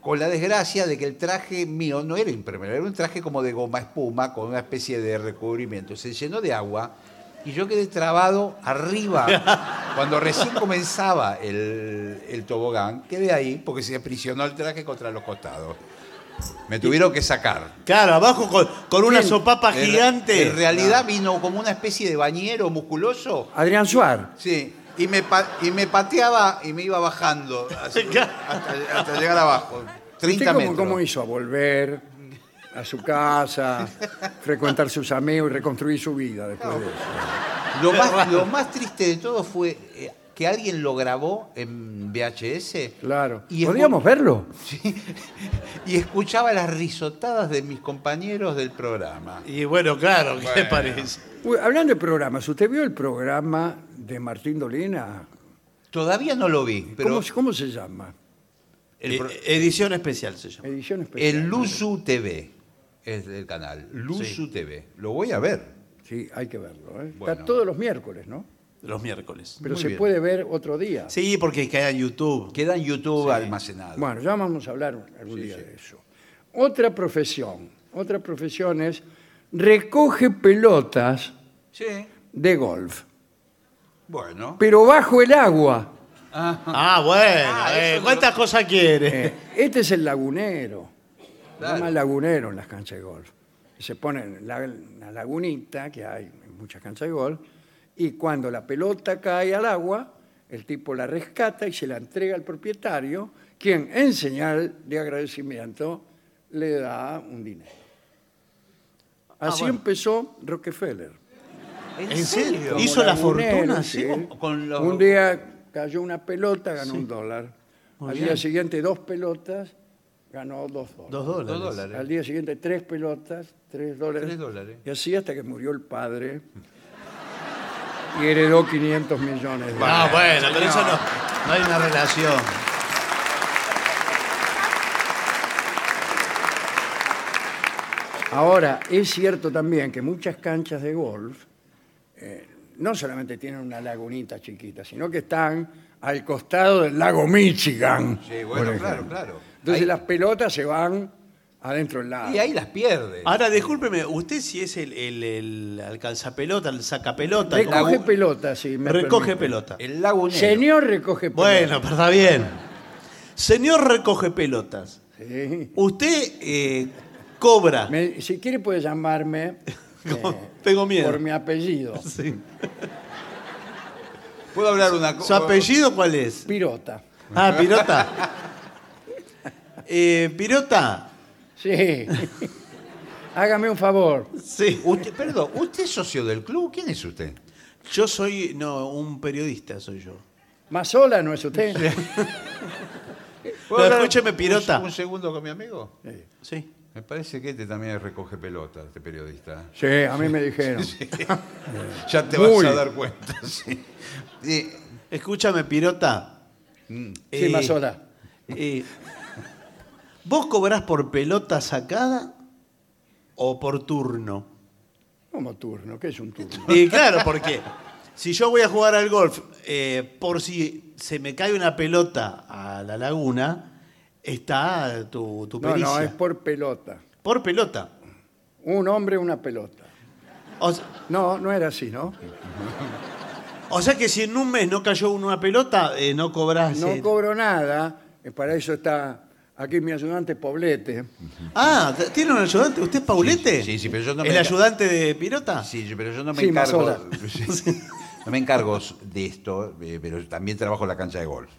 D: con la desgracia de que el traje mío no era impermeable, era un traje como de goma espuma con una especie de recubrimiento. Se llenó de agua y yo quedé trabado arriba. Cuando recién comenzaba el, el tobogán, quedé ahí porque se aprisionó el traje contra los costados. Me tuvieron que sacar.
C: Claro, abajo con, con una
B: Bien.
C: sopapa
D: En-
C: gigante.
D: En realidad vino como una especie de bañero musculoso.
B: Adrián Suárez.
D: Sí. Y me, pa- y me pateaba y me iba bajando así, hasta, hasta llegar abajo. 30
B: ¿Usted cómo,
D: metros.
B: cómo hizo a volver a su casa, frecuentar sus amigos y reconstruir su vida después de eso?
D: Lo más, lo más triste de todo fue eh, que alguien lo grabó en VHS.
B: Claro.
D: Y escu-
B: ¿Podríamos verlo?
D: y escuchaba las risotadas de mis compañeros del programa.
C: Y bueno, claro, ¿qué le parece?
B: Uy, hablando de programas, ¿usted vio el programa de Martín Dolina?
D: Todavía no lo vi, pero
B: ¿Cómo, se- cómo se llama?
D: el, pro-
C: E- edición especial se llama.
B: Edición especial.
D: el Luzu TV es el canal. Luzu TV. Lo voy a ver.
B: Sí, hay que verlo. ¿eh?
D: Bueno.
B: Está todos los miércoles, ¿no?
C: Los miércoles.
B: Pero
D: Muy
B: se
D: bien.
B: puede ver otro día.
C: Sí, porque queda en YouTube.
D: Queda en YouTube almacenado.
B: Bueno, ya vamos a hablar algún día
D: sí.
B: de eso. Otra profesión. Otra profesión es recoge pelotas
D: Sí,
B: de golf,
D: bueno.
B: pero bajo el agua.
D: Ajá,
C: Ah, bueno.
D: Ah,
C: eh,
D: eso no-
C: ¿Cuántas cosas quiere?
B: Eh, Este es el lagunero. Se
D: Claro.
B: llama lagunero en las canchas de golf. Se pone en la, una lagunita que hay en muchas canchas de golf y cuando la pelota cae al agua, el tipo la rescata y se la entrega al propietario, quien en señal de agradecimiento le da un dinero. Así
C: Ah, bueno.
B: empezó Rockefeller.
C: ¿En serio?
D: Como
C: ¿Hizo la
B: lagunero,
C: fortuna?
B: sí.
C: Sí.
D: con los-
B: Un día cayó una pelota, ganó un dólar. al día siguiente dos pelotas, ganó dos dólares.
C: Dos
D: Dos
C: dólares.
D: dólares.
B: Al día siguiente tres pelotas, tres dólares.
D: Tres dólares.
B: Y así hasta que murió el padre y heredó 500 millones. de
C: Ah,
B: dólares.
C: bueno, pero eso no, no hay una relación.
B: Ahora, es cierto también que muchas canchas de golf eh, no solamente tienen una lagunita chiquita, sino que están al costado del lago Michigan.
D: Sí,
B: por
D: bueno,
B: ejemplo.
D: claro, claro.
B: Entonces
D: Ahí-
B: las pelotas se van adentro del lago.
D: Y ahí las pierde.
B: Ah.
C: Ahora, discúlpeme, usted si es el, el, el alcanzapelota, el sacapelota. el
B: recoge
C: lagu-
B: pelotas, sí. me
C: recoge
B: permite.
C: pelota.
D: El lagunero.
B: Señor recoge pelotas.
C: Bueno, pero está bien. Señor recoge pelotas.
B: Sí.
C: Usted eh, cobra.
B: Me- si quiere puede llamarme
C: Como-
B: eh,
C: Tengo miedo.
B: por mi apellido,
C: Sí.
D: ¿Puedo hablar una cosa?
C: ¿Su apellido cuál es?
B: Pirota.
C: Ah, Pirota. Eh, Pirota.
B: Sí. Hágame un favor.
C: Sí.
D: Usted, perdón, ¿usted es socio del club? ¿Quién es usted?
C: Yo soy, no, un periodista soy yo.
B: Mazola no es usted.
D: ¿Puedo
C: No,
D: hablar
C: escúcheme,
D: un-
C: Pirota.
D: Un, segundo con mi amigo?
C: Sí.
D: Me parece que este también recoge pelota, este periodista.
B: Sí, a mí me dijeron.
D: Ya te
B: Muy.
D: vas a dar cuenta, sí. Eh,
C: Escúchame, Pirota.
B: Sí,
C: Eh,
B: Mazola.
C: eh, ¿Vos cobrás por pelota sacada o por turno?
B: Como turno, ¿qué es un turno?
C: Y claro, porque si yo voy a jugar al golf, eh, por si se me cae una pelota a la laguna, está tu, tu
B: No,
C: pericia.
B: no, es por pelota.
C: Por pelota.
B: Un hombre, una pelota.
C: O sea,
B: No, no era así, ¿no?
C: o sea que si en un mes no cayó una pelota, eh, no cobrás. eh,
B: No cobro nada, eh, para eso está aquí mi ayudante Poblete.
C: Ah, ¿tiene un ayudante? ¿Usted es Paulete?
D: Sí, sí, sí, pero yo no me
C: ¿El
D: enca-
C: ayudante de Pirota?
D: sí, pero yo no me
B: Sí, más
D: encargo.
B: horas.
D: Sí. No me encargo de esto, eh, pero también trabajo en la cancha de golf.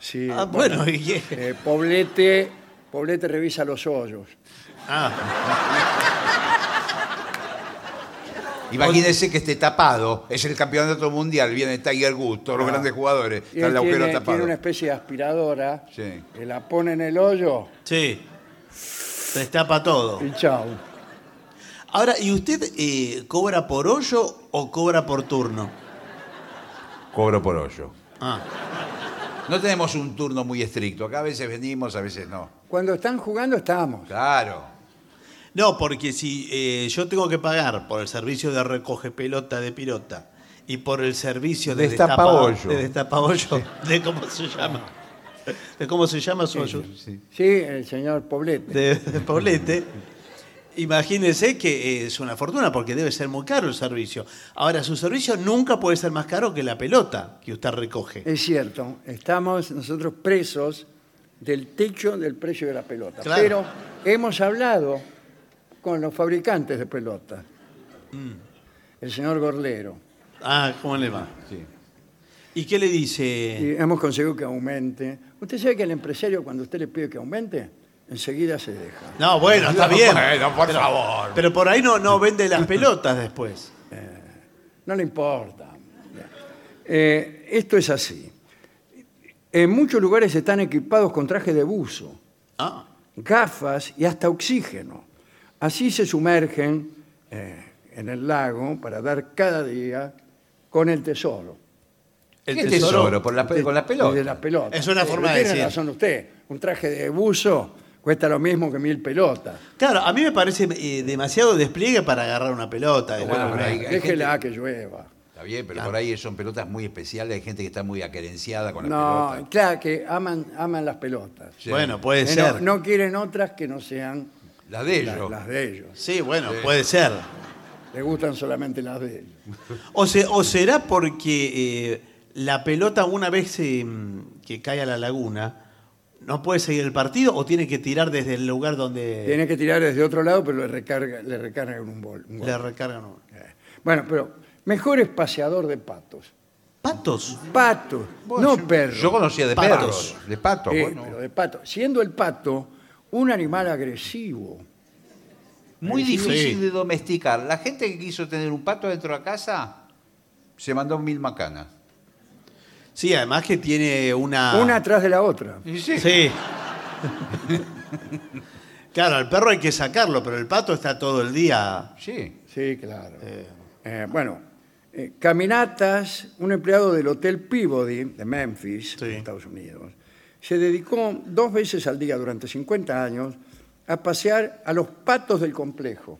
B: Sí,
C: Ah, bueno, y qué?
B: eh, Poblete, Poblete revisa los hoyos.
C: Ah,
D: Imagínense que esté tapado. Es el campeonato mundial. Viene Tiger Woods, todos los grandes jugadores.
B: Ah. Y
D: Está
B: él
D: el agujero
B: tiene,
D: tapado.
B: tiene una especie de aspiradora
D: Sí.
B: que la pone en el hoyo
C: sí. Destapa todo.
B: y chau.
C: Ahora, ¿y usted eh, cobra por hoyo o cobra por turno?
D: Cobro por hoyo.
C: Ah.
D: No tenemos un turno muy estricto. Acá a veces venimos, a veces no.
B: Cuando están jugando estamos.
D: Claro.
C: No, porque si eh, yo tengo que pagar por el servicio de recoge pelota de pirota y por el servicio de
D: Destapahoyo.
C: destapa- de destapahoyo, de cómo se llama, de cómo se llama su ayu-
B: Sí, el señor Poblete.
C: de, de Paulete, imagínense que eh, es una fortuna porque debe ser muy caro el servicio. Ahora, su servicio nunca puede ser más caro que la pelota que usted recoge.
B: Es cierto, estamos nosotros presos del techo del precio de la pelota.
C: Claro.
B: Pero hemos hablado con los fabricantes de pelotas. El señor Gorlero.
C: Ah, ¿cómo le va? ¿Y qué le dice?
B: Y hemos conseguido que aumente. Usted sabe que el empresario cuando usted le pide que aumente, enseguida se deja.
C: No, bueno, está bien.
D: Bueno, por favor.
C: Pero por ahí no, no vende las pelotas después.
B: No le importa. Eh, esto es así. En muchos lugares están equipados con traje de buzo,
C: Ah,
B: gafas y hasta oxígeno. Así se sumergen eh, en el lago para dar cada día con el tesoro.
C: el
D: ¿Qué tesoro?
C: tesoro.
D: Por la pe- con la pelota.
B: De las pelotas.
C: Es una forma de
B: tiene
C: decir.
B: razón usted. Un traje de buzo cuesta lo mismo que mil pelotas.
C: Claro, a mí me parece eh, demasiado despliegue para agarrar una pelota. de
D: Bueno,
C: nuevo.
D: pero hay- hay
B: Déjela que llueva.
D: Está bien, pero por ahí son pelotas muy especiales. Hay gente que está muy acerenciada con la
B: No,
D: pelota.
B: claro que aman, aman las pelotas.
D: Sí.
C: Bueno, puede
B: Eh,
C: ser.
B: No, no quieren otras que no sean
D: La de
B: la-
D: ellos.
B: las de ellos.
C: Sí, bueno,
D: Sí.
C: puede ser.
B: Les gustan solamente las de ellos.
C: O, se- o será porque eh, la pelota una vez eh, mm, que cae a la laguna, ¿no puede seguir el partido o tiene que tirar desde el lugar donde
B: Tiene que tirar desde otro lado, pero le, recarga, le recargan un bol. un gol.
C: le recargan uno?
B: Bueno, pero mejor es paseador de patos.
C: ¿Patos?
B: Patos, no perros.
D: Yo conocía de
C: Patos.
D: perros. De patos.
B: Eh,
D: bueno.
B: pero de pato. Siendo el pato un animal agresivo.
D: Muy
C: Sí. Sí.
D: difícil de domesticar. La gente que quiso tener un pato dentro de la casa se mandó mil macanas.
C: Sí, además que tiene
D: Ah.
C: una...
B: Una atrás de la otra.
C: Sí. claro, al perro hay que sacarlo, pero el pato está todo el día.
D: Sí.
B: Sí, claro. Eh, bueno, eh, caminatas, un empleado del Hotel Peabody de Memphis,
C: Sí.
B: en Estados Unidos, se dedicó dos veces al día durante 50 años a pasear a los patos del complejo.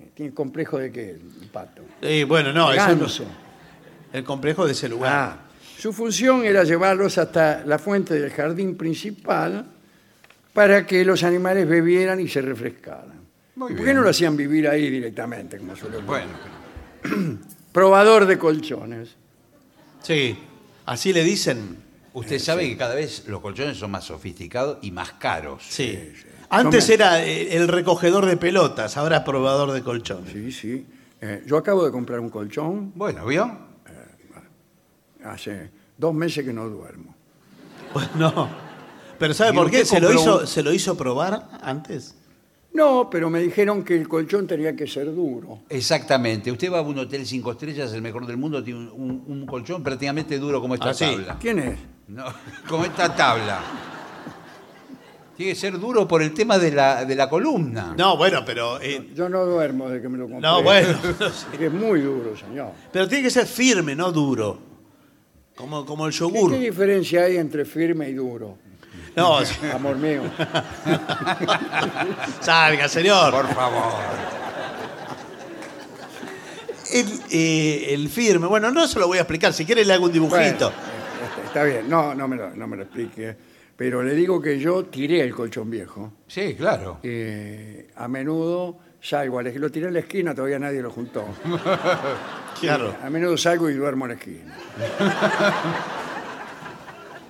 B: Eh, ¿Tiene complejo de qué? El pato.
C: Eh, bueno, no, eso no-
B: Ganso.
C: el complejo de ese lugar.
B: Ah, su función era llevarlos hasta la fuente del jardín principal para que los animales bebieran y se refrescaran.
D: Muy
B: ¿Y ¿Por qué
D: bien.
B: no lo hacían vivir ahí directamente, como suele ocurrir?
D: Bueno,
B: Probador de colchones.
C: Sí, así le dicen.
D: usted sabe que cada vez los colchones son más sofisticados y más caros.
C: Sí. Antes
B: Son-
C: era eh, el recogedor de pelotas, ahora probador de colchones.
B: Sí, sí. Eh, yo acabo de comprar un colchón
D: Bueno, ¿vio?
B: hace dos meses que no duermo.
C: Bueno, pero ¿sabe
D: ¿Y
C: por
D: usted
C: qué? ¿Se lo,
D: compró
C: hizo,
D: un-
C: ¿Se lo hizo probar antes?
B: No, pero me dijeron que el colchón tenía que ser duro.
D: Exactamente. Usted va a un hotel cinco estrellas, el mejor del mundo, tiene un, un- un colchón prácticamente duro como esta
C: Ah, sí.
D: tabla.
B: ¿Quién es?
D: No, como esta tabla. Tiene que ser duro por el tema de la, de la columna.
C: No, bueno, pero. eh,
B: Yo no duermo desde que me lo compré.
C: no, bueno. no sé.
B: Es muy duro, señor.
C: Pero tiene que ser firme, no duro. Como, como el
B: ¿Qué,
C: yogur.
B: qué diferencia hay entre firme y duro?
C: No, sí.
B: Amor mío.
C: salga, señor.
D: Por favor.
C: El, eh, el firme, bueno, no se lo voy a explicar, si quiere le hago un dibujito.
B: Bueno, está, está bien, no, no me, lo, no me lo explique. Pero le digo que yo tiré el colchón viejo.
D: Sí, claro.
B: Eh, a menudo salgo, a la- lo tiré en la esquina, todavía nadie lo juntó.
C: claro.
B: A menudo salgo y duermo en la esquina.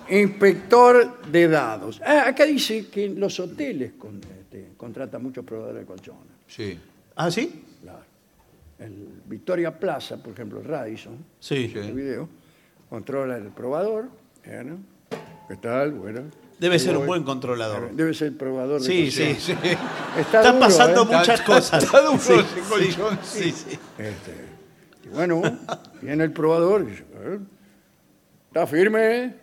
B: Inspector de dados. Ah, acá dice que los hoteles con- este, contratan muchos proveedores de colchones.
D: Sí.
C: ¿Ah, sí?
B: Claro. El Victoria Plaza, por ejemplo, Radisson,
C: Sí.
B: el video, controla el probador. ¿eh, no? ¿Qué tal? Bueno.
C: Debe
B: Ahí
C: ser un
B: voy.
C: buen controlador.
B: Debe ser el probador de
C: Sí, sí,
B: colchones.
C: sí.
B: Está,
C: Están
B: duro,
C: pasando
B: ¿eh?
C: muchas cosas.
D: está duro
C: Sí,
D: ese
C: sí,
D: colchón,
C: sí, sí.
B: Este, y bueno, viene el probador. y dice, "Eh, Está firme. ¿eh?".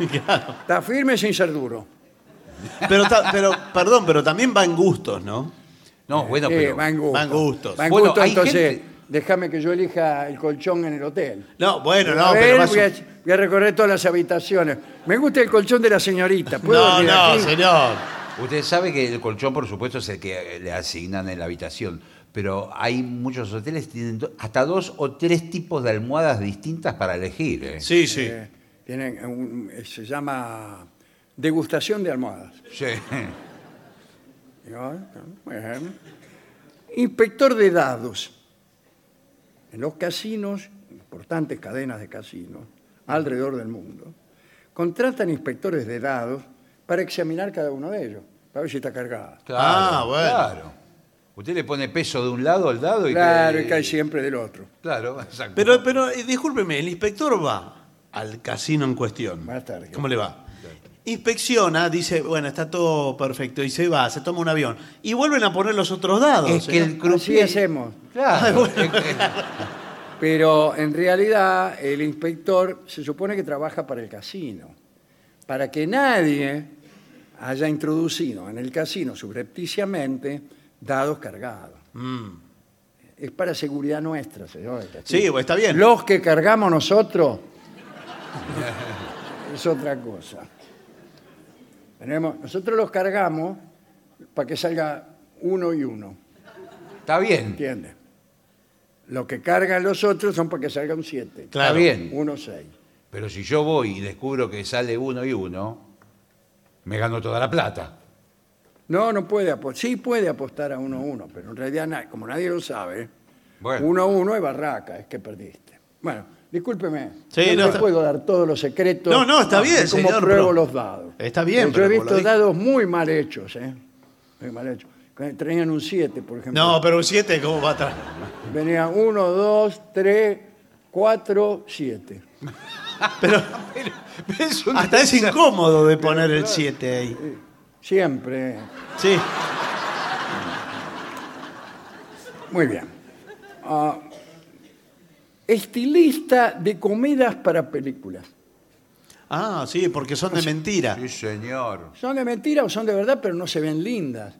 B: Está firme sin ser duro.
C: Pero, ta- pero, perdón, pero también van gustos, ¿no?
D: No, bueno,
B: Eh,
D: pero.
B: va en gusto.
C: van gustos.
B: Va en
D: Bueno,
B: gusto,
D: hay
B: entonces,
D: gente-
B: déjame que yo elija el colchón en el hotel.
C: No, bueno, no,
B: a ver,
C: pero más...
B: voy, a, voy a recorrer todas las habitaciones. Me gusta el colchón de la señorita. ¿Puedo
C: No,
B: dormir
C: no,
B: aquí?
C: señor.
D: Usted sabe que el colchón, por supuesto, es el que eh, le asignan en la habitación. Pero hay muchos hoteles que tienen do- hasta dos o tres tipos de almohadas distintas para elegir. ¿eh?
C: Sí, sí.
B: Eh, tienen un- eh, se llama degustación de almohadas.
D: Sí.
B: Y yo, ah, muy bien. Inspector de dados. En los casinos, importantes cadenas de casinos, alrededor del mundo, contratan inspectores de dados para examinar cada uno de ellos, para ver si está cargada.
C: Ah, bueno.
D: Claro. Usted le pone peso de un lado al dado y
B: Claro, y
D: que-
B: cae siempre del otro.
D: Claro, exacto.
C: Pero, pero eh, discúlpeme, el inspector va al casino en cuestión.
B: Buenas tardes.
C: ¿Cómo le va? Inspecciona, dice, bueno, está todo perfecto, y se va, se toma un avión. Y vuelven a poner los otros dados.
D: Es que
C: ¿eh?
D: el crupier...
B: Así hacemos.
C: Ah,
D: Claro.
B: Pero en realidad el inspector se supone que trabaja para el casino, para que nadie haya introducido en el casino subrepticiamente dados cargados.
C: Mm.
B: Es para seguridad nuestra, señor.
C: Sí, bueno, está bien.
B: Los que cargamos nosotros es otra cosa. Tenemos, nosotros los cargamos para que salga uno y uno,
D: Está bien.
B: ¿entiendes? Lo que cargan los otros son para que salga un siete.
D: Está
C: Claro.
D: bien.
B: Uno seis.
D: Pero si yo voy y descubro que sale uno y uno, me gano toda la plata.
B: No, no puede apostar. Sí puede apostar a 1-1, pero en realidad, na- como nadie lo sabe, 1-1
D: Bueno.
B: es barraca, es que perdiste. Bueno, discúlpeme.
C: Sí,
B: yo no,
C: no,
B: le
C: está-
B: puedo dar todos los secretos.
C: No, no, está bien,
B: de cómo
C: señor,
B: pruebo
C: pero-
B: los dados.
C: Está bien,
B: Yo he
C: pero como lo
B: visto
C: dijo-
B: dados muy mal hechos, ¿eh? Muy mal hechos. Que Traían un 7, por ejemplo.
C: No, pero un 7, ¿cómo va atrás?
B: Venían 1, 2, 3, 4, 7.
C: Pero
D: Es una-
C: hasta es incómodo de poner el 7 ahí.
B: Siempre.
C: Sí.
B: Muy bien. Ah, estilista de comidas para películas.
C: Ah, sí, porque son de mentira.
D: Sí, señor.
B: Son de mentira o son de verdad, pero no se ven lindas.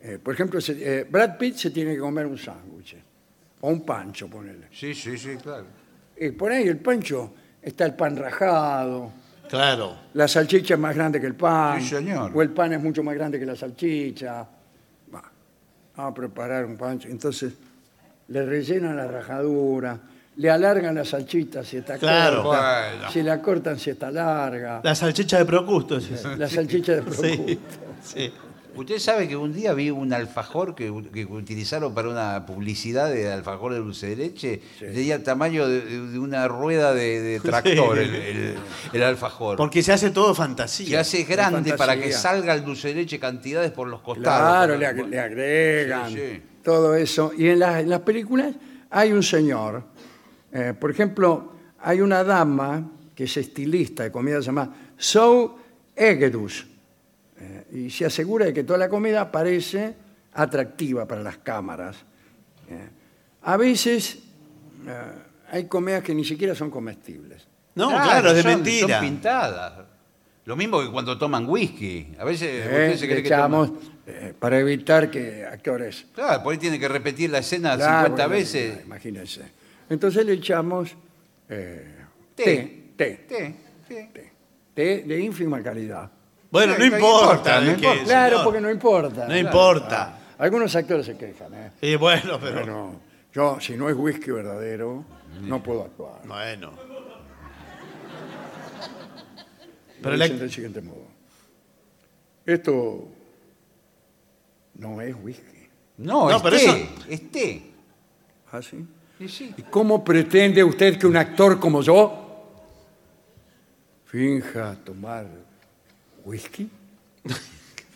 B: Eh, por ejemplo, se- eh, Brad Pitt se tiene que comer un sándwich o un pancho, ponele.
D: Sí, sí, sí, claro.
B: Y por ahí el pancho está el pan rajado,
C: Claro.
B: la salchicha es más grande que el pan.
D: Sí, señor.
B: O el pan es mucho más grande que la salchicha. Va, a preparar un pancho. Entonces le rellenan la rajadura, le alargan la salchita si está
C: Claro.
B: corta,
D: Bueno.
B: si la cortan si está larga, la,
C: La salchicha de Procusto. Sí.
B: salchicha de Procusto.
C: Sí. sí.
D: Usted sabe que un día vi un alfajor que, que utilizaron para una publicidad de alfajor de dulce de leche. Tenía el tamaño de, de una rueda de, de tractor el, el- el alfajor.
C: Porque se hace todo
D: se
C: fantasía.
D: hace grande
B: fantasía.
D: para que salga el dulce de leche cantidades por los
B: Claro,
D: costados.
B: le, ag- le agregan
D: Sí, sí.
B: todo eso. Y en, las- en las películas hay un señor, eh, por ejemplo, hay una dama que es estilista de comida, se llama Zoe Egedus, eh, y se asegura de que toda la comida parece atractiva para las cámaras. Eh, a veces eh, hay comidas que ni siquiera son comestibles.
C: No, claro, es de
D: son-
C: mentira.
D: Son pintadas. Lo mismo que cuando toman whisky. A veces
B: Eh,
D: usted se cree
B: le
D: que
B: echamos,
D: toman-
B: eh, para evitar que actores
D: Claro, por ahí tiene que repetir la escena
B: Claro,
D: 50
B: bueno,
D: veces.
B: Imagínense. Entonces le echamos eh, té, té,
D: Té, té.
B: té de ínfima calidad. Oh,
C: Bueno, no
D: Sí, no
C: importa.
D: importa, no
C: ¿de qué,
D: importa.
B: Claro,
C: señor?
B: porque no importa.
C: No importa.
B: Algunos actores se quejan. ¿eh?
C: Y bueno, pero.
B: Bueno, yo, si no es whisky verdadero, no puedo actuar.
C: Bueno.
B: Pero
C: Pero la-
B: del siguiente modo. Esto no es whisky.
D: No,
C: No,
D: es
C: pero
D: té,
C: eso-
D: es té.
B: ¿Ah, sí?
D: Y sí.
B: ¿Y cómo pretende usted que un actor como yo finja tomar whisky?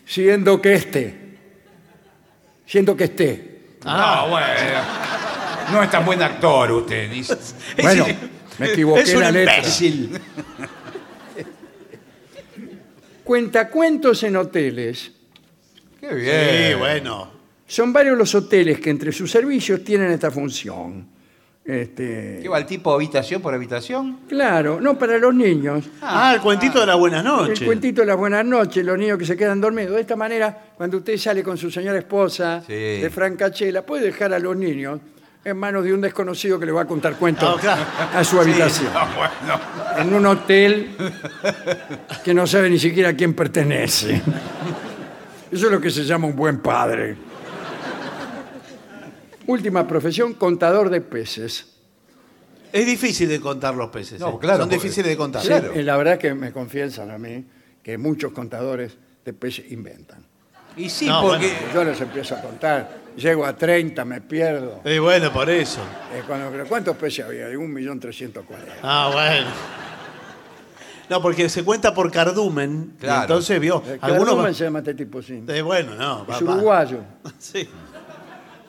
B: siendo que este, siendo que este. esté.
C: Ah,
D: No, bueno. No es tan buen actor usted. dice.
B: Bueno,
C: Es-
B: me equivoqué
C: Es un
B: la letra.
C: imbécil.
B: Cuentacuentos en hoteles.
D: Qué bien.
C: Sí, bueno.
B: Son varios los hoteles que entre sus servicios tienen esta función. Este,
D: ¿Qué va el tipo habitación por habitación?
B: claro, no para los niños.
C: Ah, el cuentito de las buenas noches.
B: El cuentito de las buenas noches, los niños que se quedan dormidos. De esta manera, cuando usted sale con su señora esposa
D: Sí.
B: de Francachela, puede dejar a los niños en manos de un desconocido que le va a contar cuentos
C: Ah, claro.
B: a su habitación. En un hotel que no sabe ni siquiera a quién pertenece. Eso es lo que se llama un buen padre. Última profesión, contador de peces.
C: Es difícil de contar los peces.
D: No,
C: ¿eh?
D: claro,
C: Son
D: porque-
C: difíciles de contar.
B: Sí, eh, la verdad que me confiesan a mí que muchos contadores de peces inventan.
D: Y sí,
C: No,
D: porque.
B: Yo les empiezo a contar, llego a 30, me pierdo.
C: Y bueno, por eso.
B: Eh, cuando, pero ¿Cuántos peces había? De un millón trescientos cuarenta.
C: Ah, bueno. No, porque se cuenta por cardumen. y
D: Claro.
C: entonces vio.
B: Eh,
C: algunos
B: Cardumen se llama este tipo, sí.
C: Eh, bueno, no. va-
B: Es
C: va.
B: uruguayo.
C: Sí.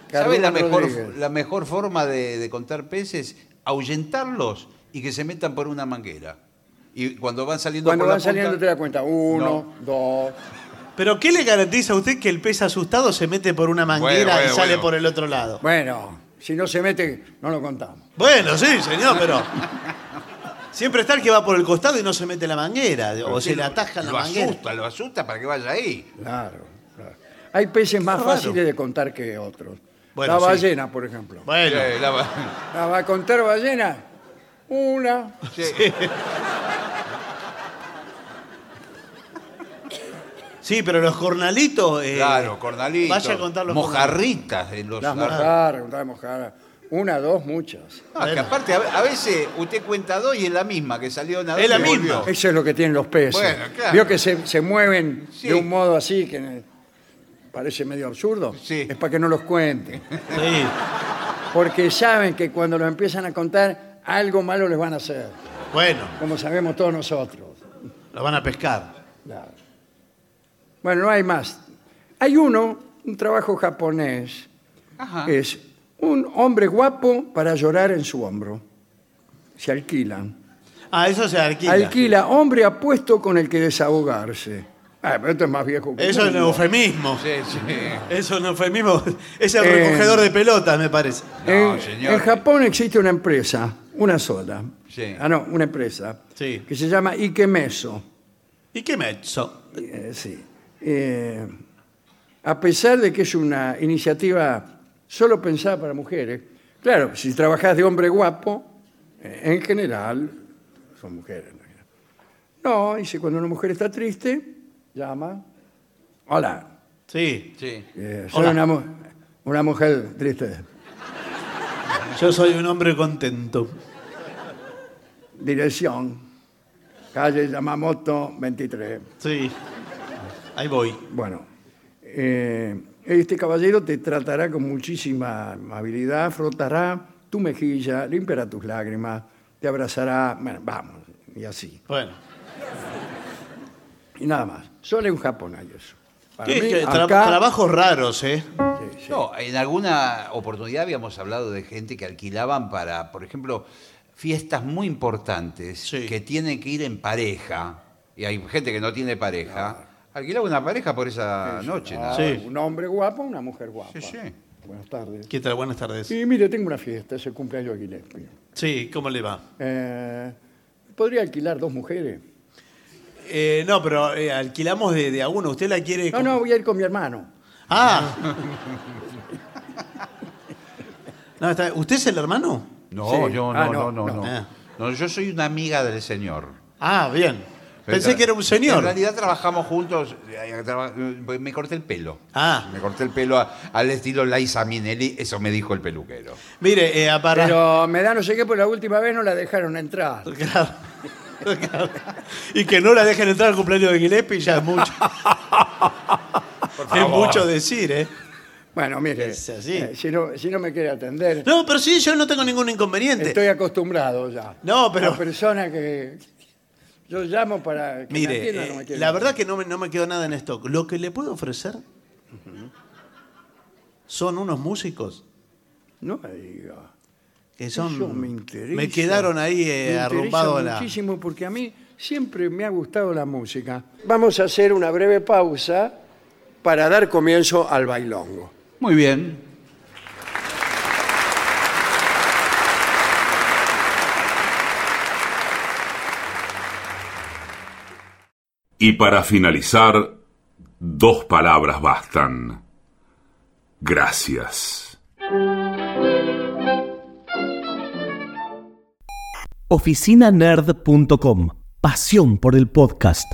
D: ¿Sabe la
B: Cardumen
D: mejor,
B: Rodríguez.
D: la mejor forma de, de contar peces? Ahuyentarlos y que se metan por una manguera. Y cuando van saliendo
B: Cuando
D: por
B: van
D: la punta-
B: saliendo te das cuenta. Uno, dos.
C: ¿Pero qué le garantiza a usted que el pez asustado se mete por una manguera
D: Bueno, bueno,
C: y sale
D: bueno.
C: por el otro lado?
B: Bueno, si no se mete, no lo contamos.
C: Bueno, sí, señor, pero. Siempre está el que va por el costado y no se mete la manguera, o se le ataja la
D: lo
C: manguera.
D: asusta, lo asusta para que vaya ahí.
B: Claro, claro. Hay peces más
C: Raro.
B: fáciles de contar que otros.
C: Bueno,
B: la
C: sí.
B: ballena, por ejemplo.
C: Bueno,
D: Eh, la-
B: La va a contar ballena. Una.
D: sí.
C: sí, pero los jornalitos. eh,
D: Claro, cornalitos.
C: Vaya a contar los
D: Mojarritas en los
B: Las
D: árboles.
B: mojadas, las mojadas. Una, dos, muchas.
D: Ah, que aparte, a ve- a veces usted cuenta dos y es la misma que salió nadando.
C: Es la
D: y volvió.
C: misma.
B: Eso es lo que tienen los peces.
D: Bueno, claro.
B: Vio que se, se mueven
D: Sí.
B: de un modo así que eh, parece medio absurdo.
D: Sí.
B: Es para que no los cuenten.
C: Sí.
B: Porque saben que cuando los empiezan a contar, algo malo les van a hacer.
C: Bueno,
B: Como sabemos todos nosotros.
C: lo van a pescar.
B: Claro. Bueno, no hay más. Hay uno, un trabajo japonés,
D: Ajá.
B: que es un hombre guapo para llorar en su hombro. Se alquilan.
C: Ah, eso se alquila.
B: Alquila hombre apuesto con el que desahogarse. Ah, pero esto es más viejo que
C: Eso es
B: el
C: un
B: mundo.
C: eufemismo.
D: Sí, sí.
C: Eso es un eufemismo. Es el
B: Eh.
C: recogedor de pelotas, me parece.
D: No,
B: en,
D: señor.
B: en Japón existe una empresa, una sola.
D: Sí.
B: Ah, no, una empresa.
C: Sí.
B: Que se llama Ikemeso.
C: ¿Y qué mezzo?
B: Eh, sí. Eh, a pesar de que es una iniciativa solo pensada para mujeres, claro, si trabajás de hombre guapo, eh, en general son mujeres. ¿no? No, dice, cuando una mujer está triste, llama. Hola,
C: Sí.
D: sí.
B: eh, soy
C: Hola.
B: una, mu- una mujer triste.
C: Yo soy un hombre contento.
B: Dirección, calle Yamamoto 23.
C: Sí. Ahí voy.
B: Bueno, eh, este caballero te tratará con muchísima amabilidad, frotará tu mejilla, limpiará tus lágrimas, te abrazará, bueno, vamos, y así.
C: Bueno.
B: Y nada más. Solo en Japón hay eso. Para
C: ¿Qué-
B: mí,
C: qué- tra-
B: acá-
C: Trabajos raros, ¿eh?
B: Sí, sí.
D: No, en alguna oportunidad habíamos hablado de gente que alquilaban para, por ejemplo, fiestas muy importantes
C: Sí.
D: que tienen que ir en pareja. Y hay gente que no tiene pareja. Alquilaba una pareja por esa noche.
B: Ah,
D: nada.
C: Sí.
B: Un hombre guapo, una mujer guapa.
D: Sí, sí.
B: Buenas tardes.
C: ¿Qué tal? Buenas tardes.
B: Y mire, tengo una fiesta, es el cumpleaños de Gillespie.
C: Sí, ¿cómo le va?
B: Eh, ¿Podría alquilar dos mujeres?
C: Eh, no, pero eh, alquilamos de, de a uno. ¿Usted la quiere...?
B: No,
C: como-
B: no, voy a ir con mi hermano.
C: Ah. No, está- ¿Usted es el hermano?
D: No,
B: Sí.
D: yo no,
B: Ah, no,
D: no, no, no.
C: no.
D: No, yo soy una amiga del señor.
C: Ah, bien. Pensé que era un
D: En
C: señor.
D: realidad trabajamos juntos. eh, traba- eh, Me corté el pelo.
C: Ah.
D: Me corté el pelo a- al estilo Liza Minelli. Eso me dijo el peluquero.
C: Mire, eh, para...
B: Pero me da no sé qué, porque la última vez no la dejaron entrar.
C: Claro. Claro. Y que no la dejen entrar al cumpleaños de Gillespie ya es mucho. es mucho decir, ¿eh?
B: Bueno, mire,
C: Es así.
B: eh, si, no, si no me quiere atender,
C: No, pero sí, yo no tengo ningún inconveniente.
B: estoy acostumbrado ya.
C: No, pero-
B: La persona que yo llamo para que me
C: Mire,
B: atienda, no me
C: eh,
B: quiere
C: la verdad
B: atender.
C: que no me, no me quedó nada en stock. Lo que le puedo ofrecer son unos músicos
B: No me diga.
C: que son...
B: Eso me interesa.
C: me quedaron ahí eh,
B: Me interesa
C: arrumbados la...
B: muchísimo porque a mí siempre me ha gustado la música. Vamos a hacer una breve pausa para dar comienzo al bailongo.
D: Muy bien.
E: Y para finalizar, dos palabras bastan. Gracias.
F: oficinanerd.com. Pasión por el podcast.